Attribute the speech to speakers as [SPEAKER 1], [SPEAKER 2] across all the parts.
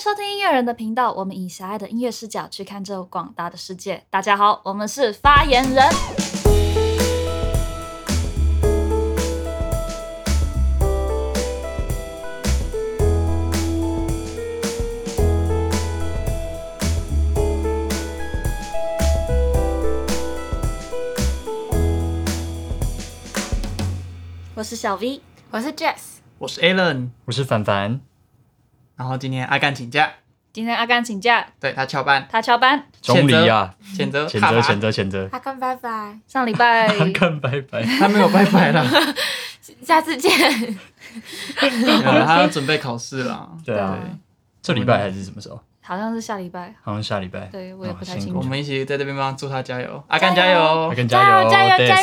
[SPEAKER 1] 收听音乐人的频道，我们以狭隘的音乐视角去看这广大的世界。大家好，我们是发言人。我是小 V，
[SPEAKER 2] 我是 Jess，
[SPEAKER 3] 我是 Alan，
[SPEAKER 4] 我是凡凡，
[SPEAKER 3] 嗯然后今天阿甘请假，
[SPEAKER 1] 今天阿甘请假，
[SPEAKER 3] 对他翘班，
[SPEAKER 1] 他翘班。
[SPEAKER 4] 钟离啊，
[SPEAKER 3] 谴呃责
[SPEAKER 4] 谴
[SPEAKER 3] 踏
[SPEAKER 4] 责
[SPEAKER 3] 伐
[SPEAKER 4] 谴责谴责，
[SPEAKER 2] 阿甘拜拜，
[SPEAKER 1] 上礼拜
[SPEAKER 4] 看拜拜。
[SPEAKER 3] 他没有拜拜啦，
[SPEAKER 2] 下次见。
[SPEAKER 3] 没有啦他要准备考试啦。
[SPEAKER 4] 对啊，
[SPEAKER 3] 对，
[SPEAKER 4] 这礼拜还是什么时候？
[SPEAKER 1] 好像是下礼拜，
[SPEAKER 4] 好像下礼拜。
[SPEAKER 1] 对我也
[SPEAKER 4] 哦
[SPEAKER 1] 不太
[SPEAKER 4] 辛
[SPEAKER 1] 清
[SPEAKER 4] 苦
[SPEAKER 3] 我
[SPEAKER 1] 楚。
[SPEAKER 3] 们一起在这边帮他祝他加油，阿甘
[SPEAKER 2] 加
[SPEAKER 3] 加
[SPEAKER 2] 油
[SPEAKER 3] 油哦
[SPEAKER 4] 阿！根
[SPEAKER 2] 加
[SPEAKER 4] 油
[SPEAKER 2] 油加油
[SPEAKER 4] Des
[SPEAKER 2] 加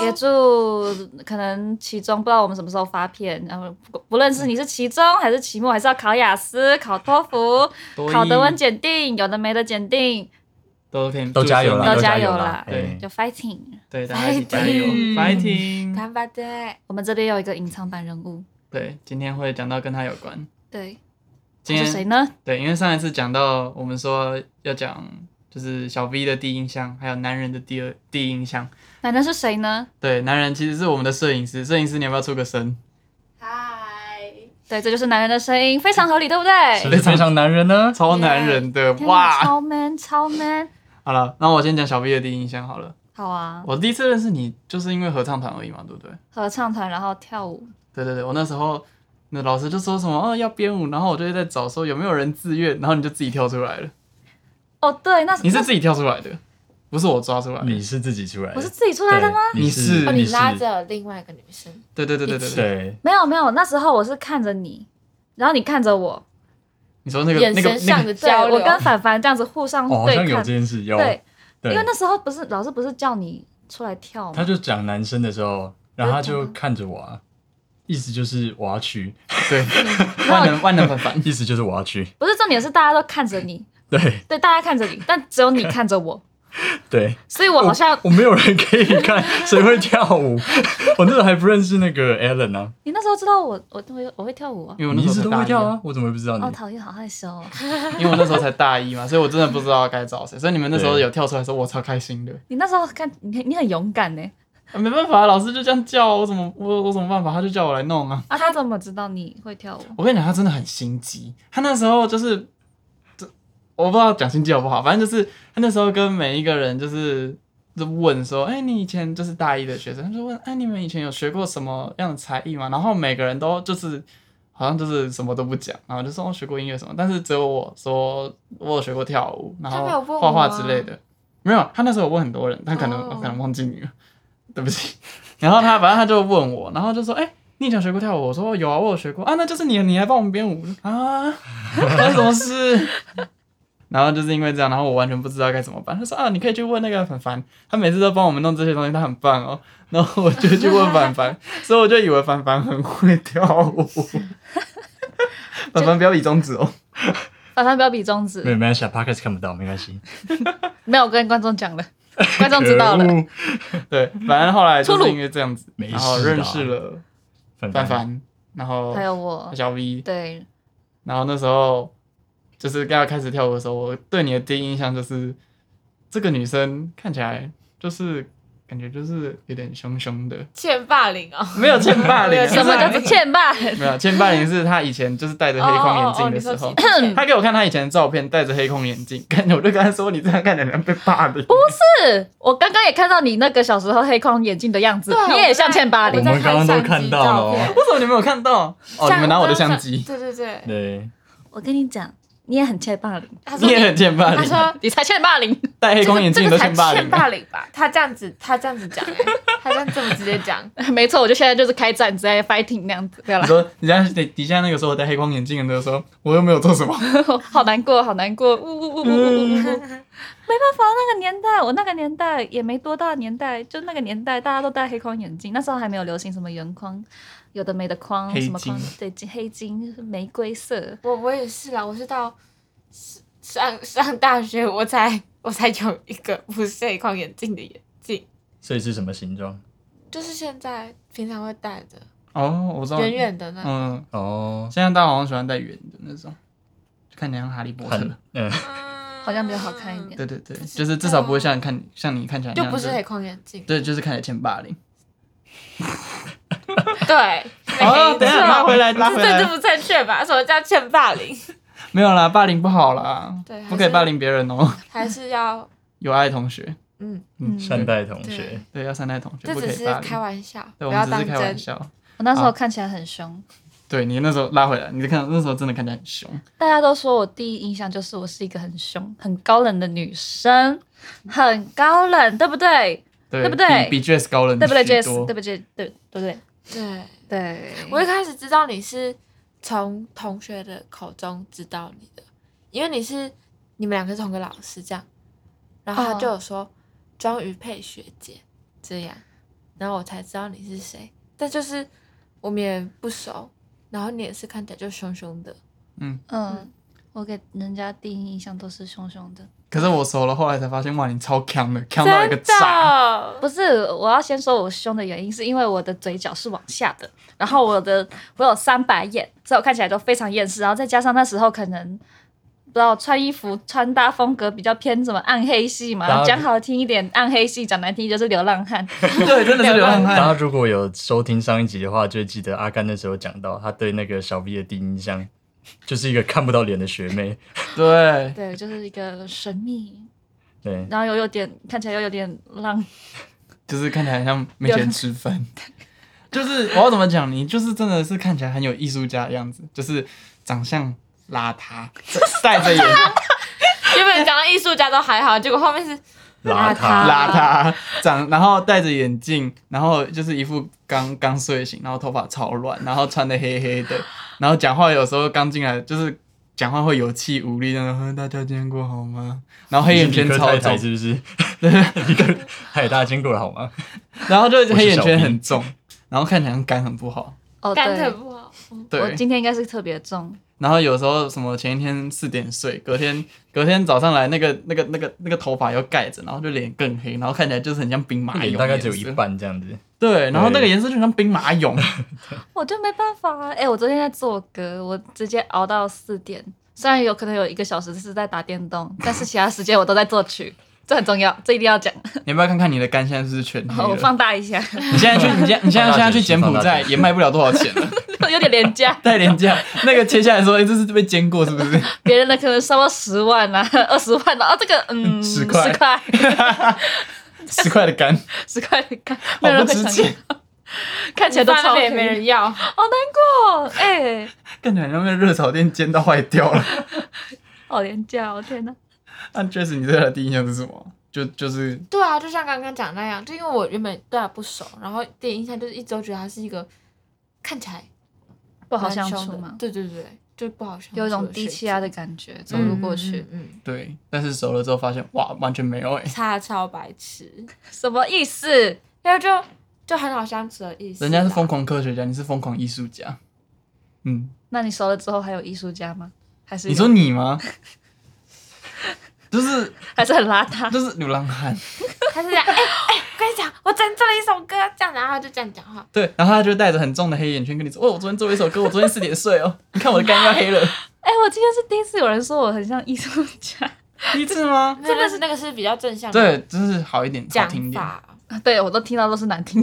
[SPEAKER 1] 也
[SPEAKER 2] 油！
[SPEAKER 1] 祝可能期中不知道我们什么时候发片，然后不不论是你是期中还是期末，还是要考雅思、考托福、
[SPEAKER 3] 多
[SPEAKER 1] 考
[SPEAKER 3] 一
[SPEAKER 1] 德文检定，有的没的检定
[SPEAKER 3] 都可以
[SPEAKER 4] 都加油
[SPEAKER 3] 祝福
[SPEAKER 4] 啦，
[SPEAKER 3] 你
[SPEAKER 1] 都加油啦
[SPEAKER 4] 啦。
[SPEAKER 3] 对
[SPEAKER 4] 哎
[SPEAKER 1] 就 fighting。
[SPEAKER 3] 对，大家一起加油
[SPEAKER 2] Fighting
[SPEAKER 3] ，fighting！
[SPEAKER 2] 干巴爹，
[SPEAKER 1] 我们这边有一个隐藏版人物，
[SPEAKER 3] 对，今天会讲到跟他有关。
[SPEAKER 1] 对，
[SPEAKER 3] 今
[SPEAKER 1] 他是谁
[SPEAKER 3] 天
[SPEAKER 1] 呢？
[SPEAKER 3] 对，因为上一次讲到我们说要讲就是小 V 的第一印象，还有男人的第二第一印象。
[SPEAKER 1] 奶奶是谁呢？
[SPEAKER 3] 对，男人其实是我们的摄影师，摄影师你要不要出个声？
[SPEAKER 2] 嗨，
[SPEAKER 1] 对，这就是男人的声音，非常合理，对不对？
[SPEAKER 4] 是不是非常男人呢？
[SPEAKER 3] 超男人的
[SPEAKER 1] 天哪
[SPEAKER 3] 哇！
[SPEAKER 1] 超 man，超 man。
[SPEAKER 3] 好了，那我先讲小 V 的第一印象好了。
[SPEAKER 1] 好啊，
[SPEAKER 3] 我第一次认识你就是因为合唱团而已嘛，对不对？
[SPEAKER 1] 合唱团，然后跳舞，
[SPEAKER 3] 对对对，我那时候那老师就说什么哦要编舞，然后我就会在找说有没有人自愿，然后你就自己跳出来了。
[SPEAKER 1] 哦，对，那
[SPEAKER 3] 你是自己跳出来的，不是我抓出来的。
[SPEAKER 4] 你是自己出来的？
[SPEAKER 1] 我是自己出来的吗？
[SPEAKER 4] 对你
[SPEAKER 3] 你是
[SPEAKER 2] 哦，
[SPEAKER 4] 是
[SPEAKER 2] 你
[SPEAKER 4] 是
[SPEAKER 2] 拉着另外一个女生，
[SPEAKER 3] 对对对对对对，
[SPEAKER 4] 对，
[SPEAKER 1] 没有没有，那时候我是看着你，然后你看着我，
[SPEAKER 3] 你说那个
[SPEAKER 2] 眼
[SPEAKER 3] 那
[SPEAKER 2] 神
[SPEAKER 3] 个
[SPEAKER 2] 上
[SPEAKER 3] 那个，
[SPEAKER 2] 的交
[SPEAKER 1] 对
[SPEAKER 2] 流。
[SPEAKER 1] 我跟凡凡这样子互相
[SPEAKER 4] 哦，好
[SPEAKER 1] 对
[SPEAKER 4] 像有
[SPEAKER 1] 看，
[SPEAKER 4] 这件事，有
[SPEAKER 1] 对，
[SPEAKER 4] 对
[SPEAKER 1] 因为那时候不是老师不是叫你出来跳
[SPEAKER 4] 他
[SPEAKER 1] 吗？
[SPEAKER 4] 就讲男生的时候，然后他
[SPEAKER 1] 我
[SPEAKER 4] 就
[SPEAKER 1] 就
[SPEAKER 4] 看着我啊，意思就是我要去，
[SPEAKER 3] 对， 万能万能凡凡。
[SPEAKER 4] 意思就是我要去，
[SPEAKER 1] 不是重点是大家都看着你，
[SPEAKER 4] 对
[SPEAKER 1] 对，大家看着你，但只有你看着 我，
[SPEAKER 4] 对。
[SPEAKER 1] 所以我好像
[SPEAKER 4] 我没有人可以看，谁会跳舞？ 我那时候还不认识那个 Alan 呢、
[SPEAKER 1] 你那时候知道我我我我会跳舞啊。
[SPEAKER 3] 因为我
[SPEAKER 4] 啊，
[SPEAKER 3] 那
[SPEAKER 4] 你一直
[SPEAKER 3] 时候
[SPEAKER 4] 都
[SPEAKER 3] 才
[SPEAKER 4] 会
[SPEAKER 3] 大一
[SPEAKER 4] 跳
[SPEAKER 3] 啊，
[SPEAKER 4] 啊，我怎么会不知道
[SPEAKER 1] 哦，
[SPEAKER 4] 你？
[SPEAKER 1] 讨厌，好害羞哦！
[SPEAKER 3] 因为我那时候才大一嘛，所以我真的不知道该找谁。所以你们那时候有跳出来的时候，我超开心的。
[SPEAKER 1] 你那时候看你你很勇敢呢，
[SPEAKER 3] 啊没办法，老师就这样叫我，怎么我我怎么办法？他就叫我来弄啊。
[SPEAKER 1] 啊，他怎么知道你会跳舞？
[SPEAKER 3] 我跟你讲，他真的很心机。他那时候就是，这我不知道讲心机好不好，反正就是他那时候跟每一个人就是就问说，哎、你以前就是大一的学生，他就问，哎、你们以前有学过什么样的才艺吗？然后每个人都就是好像就是什么都不讲，然后就说我哦学过音乐什么，但是只有我说我有学过跳舞，然
[SPEAKER 2] 他没有
[SPEAKER 3] 后
[SPEAKER 2] 问我
[SPEAKER 3] 画画
[SPEAKER 2] 啊
[SPEAKER 3] 之类的。没有，他那时候有问很多人，他可能、
[SPEAKER 2] 哦
[SPEAKER 3] 可能忘记你了， 对不起。然后他反正他就问我，然后就说，哎、你以前学过跳舞？我说有啊，我有学过啊，那就是你，你还帮我们编舞啊？ 关什么事？ 然后就是因为这样，然后我完全不知道该怎么办。他说啊，你可以去问那个凡凡，他每次都帮我们弄这些东西，他很棒哦。然后我就去问凡凡， 所以我就以为凡凡很会跳 舞。凡凡不要比中指哦。
[SPEAKER 1] 凡凡不要比中
[SPEAKER 4] 没有
[SPEAKER 1] 指，
[SPEAKER 4] 没关系啊，Podcast 看不到，没关系。
[SPEAKER 1] 没有我跟观众讲了，观众知道了
[SPEAKER 4] 可。
[SPEAKER 3] 呃
[SPEAKER 4] 恶，
[SPEAKER 3] 对，反正后来就
[SPEAKER 1] 粗鲁
[SPEAKER 3] 是因为这样子，
[SPEAKER 4] 没事
[SPEAKER 3] 然
[SPEAKER 4] 啦
[SPEAKER 3] 后认识了
[SPEAKER 4] 凡
[SPEAKER 3] 凡凡，然后
[SPEAKER 1] 还有我，
[SPEAKER 3] 小 V，
[SPEAKER 1] 对，
[SPEAKER 3] 然后那时候就是刚要开始跳舞的时候，我对你的第一印象就是这个女生看起来就是感觉就是有点凶凶的，
[SPEAKER 2] 欠霸凌哦，
[SPEAKER 3] 没有欠霸凌啊，
[SPEAKER 1] 什么叫做
[SPEAKER 3] 就是
[SPEAKER 1] 欠霸？
[SPEAKER 3] 她没有欠霸凌？是她以前就是戴着黑框眼镜的时候
[SPEAKER 2] 哦哦哦。你说之前
[SPEAKER 3] 她给我看她以前的照片，戴着黑框眼镜，看我就跟她说：“你这样看起来像被霸凌。”不是，
[SPEAKER 1] 是我刚刚也看到你那个小时候黑框眼镜的样子
[SPEAKER 2] 对，
[SPEAKER 1] 你也像欠霸凌
[SPEAKER 4] 我们。刚刚都看到了哦
[SPEAKER 3] 为什么你没有看到？哦，你们拿我的相机，
[SPEAKER 2] 对对对，
[SPEAKER 4] 对，
[SPEAKER 1] 我跟你讲，你也很欠霸凌，
[SPEAKER 2] 他说
[SPEAKER 3] 你也很欠霸
[SPEAKER 2] 他
[SPEAKER 3] 凌，
[SPEAKER 2] 说
[SPEAKER 1] 你才欠霸凌。
[SPEAKER 3] 戴黑
[SPEAKER 2] 这
[SPEAKER 3] 框眼
[SPEAKER 2] 个
[SPEAKER 3] 镜
[SPEAKER 2] 这
[SPEAKER 3] 都
[SPEAKER 2] 个才
[SPEAKER 3] 欠霸
[SPEAKER 2] 欠
[SPEAKER 3] 凌。
[SPEAKER 2] 霸凌吧？他这样子，他这样子讲，哎他这样这么直接讲，
[SPEAKER 1] 没错，我就现在就是开战，直接 fighting 那样子，对
[SPEAKER 3] 你
[SPEAKER 1] 了，
[SPEAKER 3] 说底下底下那个时候我戴黑框眼镜的时候，我又没有做什么。
[SPEAKER 1] 好难过，好难过，呜呜呜呜呜呜呜。嗯 没办法，那个年代，我那个年代也没多大年代，就那个年代大家都戴黑框眼镜，那时候还没有流行什么圆框，有的没的框，
[SPEAKER 3] 黑
[SPEAKER 1] 什么框
[SPEAKER 3] 金，
[SPEAKER 1] 对，金黑金、玫瑰色。
[SPEAKER 2] 我我也是啦，我是到上上大学我才我才有一个不是黑框眼镜的眼镜，
[SPEAKER 4] 所以是什么形状？
[SPEAKER 2] 就是现在平常会戴的
[SPEAKER 3] 哦，我知道，
[SPEAKER 2] 远远的那。
[SPEAKER 3] 嗯，
[SPEAKER 4] 哦，
[SPEAKER 3] 现在大家好像喜欢戴圆的那种，就看起来像哈利波特
[SPEAKER 4] 很。嗯，
[SPEAKER 1] 好像比较好看一点。
[SPEAKER 3] 对对对，就是至少不会像看像你看起来
[SPEAKER 2] 就
[SPEAKER 3] 那样
[SPEAKER 2] 不是黑框眼镜。
[SPEAKER 3] 对，就是看起来欠霸凌。
[SPEAKER 2] 对，
[SPEAKER 3] 哦，等一
[SPEAKER 2] 没
[SPEAKER 3] 下
[SPEAKER 2] 错
[SPEAKER 3] 拉回来，拉回
[SPEAKER 2] 这这
[SPEAKER 3] 来，
[SPEAKER 2] 不正确吧？什么叫欠霸凌？
[SPEAKER 3] 没有啦，霸凌不好啦
[SPEAKER 2] 对，
[SPEAKER 3] 不可以霸凌别人哦。
[SPEAKER 2] 还是要
[SPEAKER 3] 有爱同学，
[SPEAKER 2] 嗯，
[SPEAKER 1] 嗯
[SPEAKER 4] 善待同学
[SPEAKER 2] 对，
[SPEAKER 3] 对，要善待同学，
[SPEAKER 2] 这
[SPEAKER 3] 不可
[SPEAKER 2] 只
[SPEAKER 3] 以
[SPEAKER 2] 是
[SPEAKER 3] 霸
[SPEAKER 2] 开
[SPEAKER 3] 凌。
[SPEAKER 2] 玩笑，
[SPEAKER 3] 对，
[SPEAKER 2] 不
[SPEAKER 3] 我
[SPEAKER 2] 要
[SPEAKER 3] 们只
[SPEAKER 2] 当
[SPEAKER 3] 是开玩
[SPEAKER 2] 真。
[SPEAKER 3] 笑。
[SPEAKER 1] 我那时
[SPEAKER 3] 好
[SPEAKER 1] 候看起来很凶，
[SPEAKER 3] 对你那时候拉回来，你看那时候真的看起来很凶，
[SPEAKER 1] 大家都说我第一印象就是我是一个很凶、很高冷的女生，很高冷，对不对？
[SPEAKER 3] 对
[SPEAKER 1] 对不对
[SPEAKER 3] 比比 Jess 高了，
[SPEAKER 1] 对不对，Jess？对不对？对对不对？
[SPEAKER 2] 对，
[SPEAKER 1] 对，
[SPEAKER 2] 我一开始知道你是从同学的口中知道你的，因为你是你们两个是同个老师这样，然后他
[SPEAKER 1] 哦
[SPEAKER 2] 就有说庄于佩学姐这样，然后我才知道你是谁，但就是我们也不熟，然后你也是看起来就凶凶的，
[SPEAKER 3] 嗯，
[SPEAKER 1] 嗯，我给人家第一印象都是凶凶的。
[SPEAKER 3] 可是我熟了，后来才发现，哇，你超强的，强到一
[SPEAKER 2] 真
[SPEAKER 3] 个炸。
[SPEAKER 2] 的，
[SPEAKER 1] 不是，我要先说我凶的原因，是因为我的嘴角是往下的，然后我的我有三白眼，所以我看起来都非常厌世，然后再加上那时候可能。不知道穿衣服穿搭风格比较偏什么暗黑系
[SPEAKER 4] 然
[SPEAKER 1] 嘛，
[SPEAKER 4] 后
[SPEAKER 1] 讲好听一点暗黑系，讲难听就是流浪汉。
[SPEAKER 3] 对，真的是流浪
[SPEAKER 4] 大家
[SPEAKER 3] 汉。
[SPEAKER 4] 如果有收听上一集的话，就会记得阿甘那时候讲到，他对那个小 B 的第一印象就是一个看不到脸的学妹。
[SPEAKER 3] 对，
[SPEAKER 1] 对，就是一个神秘，
[SPEAKER 4] 对，
[SPEAKER 1] 然后又有点看起来又有点浪，
[SPEAKER 3] 就是看起来像没钱吃饭。就是我要怎么讲，你就是真的是看起来很有艺术家的样子，就是长相邋遢，戴着眼
[SPEAKER 2] 原本讲到艺术家都还好，结果后面是
[SPEAKER 1] 哦
[SPEAKER 4] 邋
[SPEAKER 1] 遢
[SPEAKER 4] 遢，
[SPEAKER 3] 邋遢，长然后戴着眼镜，然后就是一副刚刚睡醒，然后头发超乱，然后穿的黑黑的，然后讲话有时候刚进来就是讲话会有气无力，然后大家今天过好吗？然后黑眼圈
[SPEAKER 4] 你是理科
[SPEAKER 3] 超
[SPEAKER 4] 太太
[SPEAKER 3] 重，
[SPEAKER 4] 是不是？ 一个海大经过了好吗？
[SPEAKER 3] 然后就是黑眼圈很重，然后看起来肝很不好，
[SPEAKER 1] 哦，
[SPEAKER 2] 干得
[SPEAKER 1] 对，
[SPEAKER 2] 不好，
[SPEAKER 1] 我
[SPEAKER 3] 对。
[SPEAKER 1] 今天应该是特别重，
[SPEAKER 3] 然后有时候什么前一天四点睡，隔天隔天早上来那个那个那个那个头发又盖着，然后就脸更黑，然后看起来就是很像兵马
[SPEAKER 4] 脸
[SPEAKER 3] 俑，
[SPEAKER 4] 嗯大概只有一。半这样子。
[SPEAKER 3] 对，然后那个颜色就像兵马 俑，
[SPEAKER 1] 我就没办法啊。哎、我昨天在做歌，我直接熬到四点，虽然有可能有一个小时是在打电动，但是其他时间我都在作曲，这很重要，这一定要讲。
[SPEAKER 3] 你要不要看看你的肝现在是不是全黑
[SPEAKER 1] 好我
[SPEAKER 3] 了？
[SPEAKER 1] 放大一下，
[SPEAKER 3] 你现在去，你现在你现在
[SPEAKER 4] 放大
[SPEAKER 3] 现在
[SPEAKER 4] 解
[SPEAKER 3] 去
[SPEAKER 4] 释
[SPEAKER 3] 柬
[SPEAKER 4] 放
[SPEAKER 3] 埔
[SPEAKER 4] 大
[SPEAKER 3] 寨
[SPEAKER 4] 解
[SPEAKER 3] 也卖不了多少钱了，
[SPEAKER 1] 有点廉价，
[SPEAKER 3] 太廉价。那个切下来说，哎，这是被煎过是不 是？
[SPEAKER 1] 别人的可能烧到十万啊，二十万啊，哦这个嗯，
[SPEAKER 3] 十块
[SPEAKER 1] 十块，
[SPEAKER 3] 十块的肝，
[SPEAKER 1] 十块的看，没有
[SPEAKER 3] 好
[SPEAKER 1] 人
[SPEAKER 3] 不
[SPEAKER 1] 会
[SPEAKER 3] 值
[SPEAKER 1] 想
[SPEAKER 3] 钱
[SPEAKER 1] 要，，看起来都
[SPEAKER 2] 放那
[SPEAKER 1] 超
[SPEAKER 2] 边也没
[SPEAKER 1] 黑
[SPEAKER 2] 人要，
[SPEAKER 1] 好难过，哎、
[SPEAKER 3] 看起来像被热炒店煎到坏掉了。
[SPEAKER 1] 好廉价哦，天哪！
[SPEAKER 3] 那确实，你对他的第一印象是什么？就就是
[SPEAKER 2] 对啊，就像刚刚讲那样，就因为我原本对他不熟，然后第一印象就是一直都觉得他是一个看起来
[SPEAKER 1] 不
[SPEAKER 2] 不
[SPEAKER 1] 好相处嘛，
[SPEAKER 2] 对对对，就不好相处，
[SPEAKER 1] 有一种低气压的感觉走路过去，，
[SPEAKER 2] 嗯，嗯
[SPEAKER 3] 对，但是熟了之后发现，哇，完全没有哎、
[SPEAKER 2] 嗯他超白痴，
[SPEAKER 1] 什么意思？
[SPEAKER 2] 然后就就很好相处的意思啦。
[SPEAKER 3] 人家是啊疯狂科学家，你是疯狂艺术家。嗯，
[SPEAKER 1] 那你熟了之后还有艺术家吗？还是
[SPEAKER 3] 你说你吗？ 就是
[SPEAKER 1] 还是很邋遢？
[SPEAKER 3] 就是流浪汉，
[SPEAKER 2] 他是这样，哎哎，我跟你讲，我真做了一首歌，这样，然后他就这样讲话，
[SPEAKER 3] 对，然后他就带着很重的黑眼圈跟你说，哦，我昨天做了一首歌，我昨天四点睡哦， 你看我的肝要黑 了，
[SPEAKER 1] 哎、我今天是第一次有人说我很像艺术家，
[SPEAKER 3] 第一次吗？
[SPEAKER 2] 真的是那个是比较正向的
[SPEAKER 3] 对，就是好一点，好
[SPEAKER 2] 讲
[SPEAKER 3] 听一点。
[SPEAKER 2] 法，
[SPEAKER 1] 对我都听到都是难听。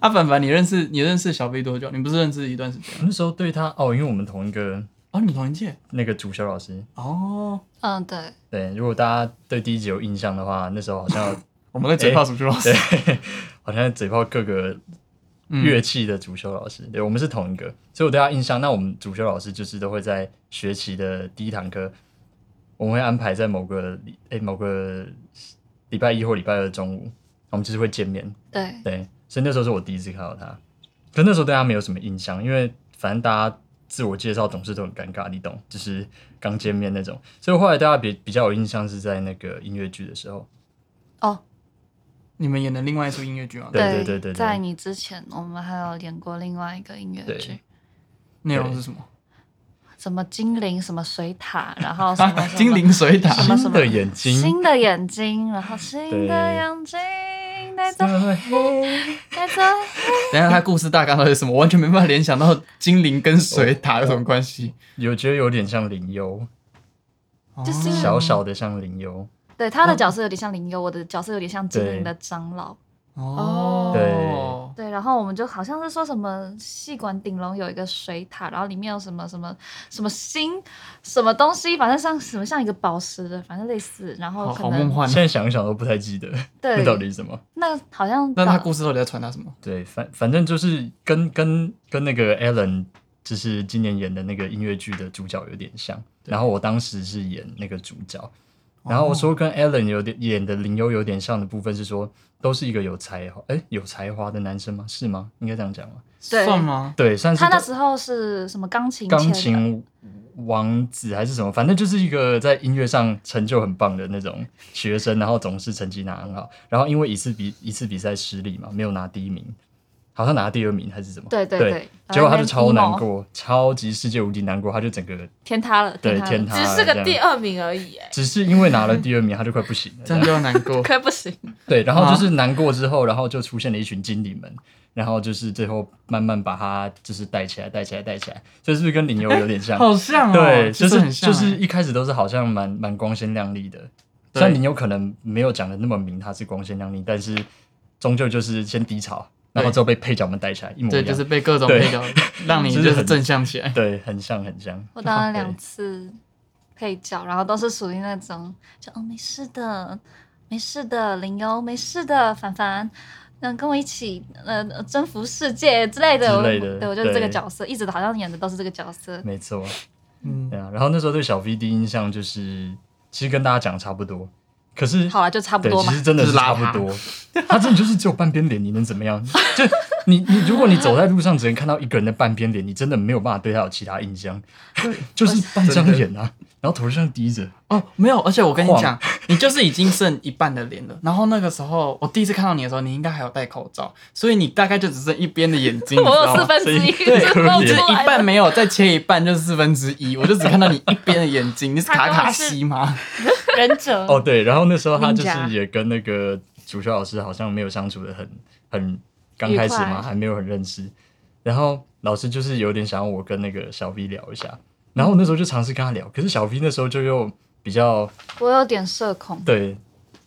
[SPEAKER 3] 啊，凡凡，你认识你认识小 B 多久？你不是认识一段时间
[SPEAKER 4] 我那时候对他哦，因为我们同一个
[SPEAKER 3] 哦？你们同一届
[SPEAKER 4] 那个主修老师。
[SPEAKER 3] 哦？
[SPEAKER 1] 嗯，对，
[SPEAKER 4] 对，如果大家对第一集有印象的话，那时候好像有
[SPEAKER 3] 我们在嘴炮主修老师
[SPEAKER 4] 对，好像嘴炮各个
[SPEAKER 3] 嗯
[SPEAKER 4] 乐器的主修老师，对我们是同一个，所以我对他印象。那我们主修老师就是都会在学期的第一堂课，我们会安排在某个礼诶、某个礼拜一或礼拜二的中午，我们就是会见面。
[SPEAKER 1] 对，
[SPEAKER 4] 对，所以那时候是我第一次看到他，可那时候对他没有什么印象，因为反正大家自我介绍总是都很尴尬，你懂，就是刚见面那种。所以后来大家比比较有印象是在那个音乐剧的时候，
[SPEAKER 1] 哦，
[SPEAKER 3] 你们演的另外一出音乐剧吗？
[SPEAKER 4] 对对对对对
[SPEAKER 1] 在你之前，我们还有演过另外一个音乐剧
[SPEAKER 4] 对，
[SPEAKER 3] 内容是什么？
[SPEAKER 1] 什么精灵，什么水塔，然后什么
[SPEAKER 3] 啊
[SPEAKER 1] 什，么
[SPEAKER 3] 精灵水塔
[SPEAKER 1] 什么什
[SPEAKER 4] 新
[SPEAKER 1] 么
[SPEAKER 4] 的眼睛，
[SPEAKER 1] 新的眼睛，然后新
[SPEAKER 4] 对
[SPEAKER 1] 的眼睛，那种
[SPEAKER 4] 对对，
[SPEAKER 1] 那种
[SPEAKER 3] 等一下他故事大纲到底是什么？我完全没办法联想到精灵跟水塔有什么关系。
[SPEAKER 4] 有觉得有点像林优，
[SPEAKER 1] 就是
[SPEAKER 3] 哦
[SPEAKER 4] 小小的像林优，
[SPEAKER 1] 对他的角色有点像灵优，我的角色有点像精灵的长老。
[SPEAKER 3] 哦，
[SPEAKER 4] 对
[SPEAKER 1] 对，然后我们就好像是说什么细管顶楼有一个水塔，然后里面有什么什么什么星什么东西，反正像什么像一个宝石的，反正类似。然后
[SPEAKER 3] 好
[SPEAKER 1] 可
[SPEAKER 3] 好梦
[SPEAKER 1] 能
[SPEAKER 3] 幻
[SPEAKER 4] 现。在想一想都不太记得那
[SPEAKER 1] 嗯对
[SPEAKER 4] 到底是什么。
[SPEAKER 1] 那好像
[SPEAKER 3] 那他
[SPEAKER 1] 把
[SPEAKER 3] 故事到底在传达什么？
[SPEAKER 4] 对，反反正就是跟跟跟那个 Alan，就是今年演的那个音乐剧的主角有点像。然后我当时是演那个主
[SPEAKER 1] 哦
[SPEAKER 4] 角，然后我说跟 Alan 有点演的林优有点像的部分是说，都是一个有才华，哎，有才华的男生吗？是吗？应该这样讲吗？
[SPEAKER 1] 对
[SPEAKER 3] 算吗？
[SPEAKER 4] 对，算是
[SPEAKER 1] 他那
[SPEAKER 4] 都
[SPEAKER 1] 时候是什么钢琴
[SPEAKER 4] 钢
[SPEAKER 1] 前的
[SPEAKER 4] 琴王子还是什么，反正就是一个在音乐上成就很棒的那种学生，然后总是成绩拿很好，然后因为一次比一次比赛失利嘛，没有拿第一名，好像拿第二名还是什么，
[SPEAKER 1] 对对
[SPEAKER 4] 对
[SPEAKER 1] 对，
[SPEAKER 4] 结果他就
[SPEAKER 1] 呃
[SPEAKER 4] 超难，
[SPEAKER 2] 哦
[SPEAKER 1] 那 emo，
[SPEAKER 4] 过，超级世界无敌难过，他就整个
[SPEAKER 1] 天塌了，
[SPEAKER 4] 对
[SPEAKER 1] 塌了
[SPEAKER 4] 天塌，
[SPEAKER 2] 只是
[SPEAKER 4] 这
[SPEAKER 2] 个
[SPEAKER 4] 样
[SPEAKER 2] 第，二名而已， 哎，
[SPEAKER 4] 只是因为拿了第二名，他就快不行了，
[SPEAKER 3] 这样就要难过。
[SPEAKER 2] 快不行。
[SPEAKER 4] 对，然后
[SPEAKER 3] 啊
[SPEAKER 4] 就是难过之后，然后就出现了一群经理们，然后就是最后慢慢把他就是带起来，带起来，带起来，所以是不是跟林优有点 像？
[SPEAKER 3] 好像哦，
[SPEAKER 4] 对，
[SPEAKER 3] 其实
[SPEAKER 4] 就是
[SPEAKER 3] 很像
[SPEAKER 4] 就
[SPEAKER 3] 欸
[SPEAKER 4] 是一开始都是好像蛮蛮光鲜亮丽的，
[SPEAKER 3] 对
[SPEAKER 4] 虽然你有可能没有讲的那么明他是光鲜亮丽，但是终究就是先低潮，然后之后被配角们带起来一模一
[SPEAKER 3] 对，
[SPEAKER 4] 样，
[SPEAKER 3] 就是被各种
[SPEAKER 4] 对
[SPEAKER 3] 配角让你就是正向起来。
[SPEAKER 4] 对很像很像。
[SPEAKER 1] 我当了两次配角，然后都是属于那种就哦没事的，没事的，林优没事的，凡凡。嗯，跟我一起，呃，征服世界之类的，
[SPEAKER 4] 之类的
[SPEAKER 1] 我对我就是这个
[SPEAKER 4] 对
[SPEAKER 1] 角色，一直好像演的都是这个角色。
[SPEAKER 4] 没错，
[SPEAKER 3] 嗯
[SPEAKER 4] 对，啊。然后那时候对小 V 第一印象就是，其实跟大家讲差不多，可是
[SPEAKER 1] 好了，就差不
[SPEAKER 4] 对，
[SPEAKER 1] 多
[SPEAKER 4] 其
[SPEAKER 1] 嘛。
[SPEAKER 4] 实真的是差不多。 他真的就是只有半边脸，你能怎么样？ 就你你，如果你走在路上只能看到一个人的半边脸，你真的没有办法对他有其他印象。对，就是半张脸啊，然后头上低着，
[SPEAKER 3] 哦，没有，而且我跟你讲，你就是已经剩一半的脸了。然后那个时候，我第一次看到你的时候，你应该还有戴口罩，所以你大概就只剩一边的眼睛，你知
[SPEAKER 1] 我有
[SPEAKER 3] 道
[SPEAKER 1] 四
[SPEAKER 3] 吗？
[SPEAKER 1] 分之一，
[SPEAKER 3] 对，
[SPEAKER 1] 是露
[SPEAKER 3] 你
[SPEAKER 1] 出
[SPEAKER 3] 只
[SPEAKER 1] 来
[SPEAKER 3] 一
[SPEAKER 1] 的
[SPEAKER 3] 半没有，再切一半就是四分之一，我就只看到你一边的眼睛。你是卡卡西吗？
[SPEAKER 1] 忍者。
[SPEAKER 4] 哦，对，然后那时候他就
[SPEAKER 1] 嗯
[SPEAKER 4] 是
[SPEAKER 1] 邻家
[SPEAKER 4] 也跟那个主修老师好像没有相处的很很刚开始
[SPEAKER 1] 愉
[SPEAKER 4] 嘛，
[SPEAKER 1] 快
[SPEAKER 4] 还没有很认识。然后老师就是有点想要我跟那个小 V 聊一下，然后我那时候就尝试跟他聊，可是小 V 那时候就又比较
[SPEAKER 1] 我有点社恐，
[SPEAKER 4] 对，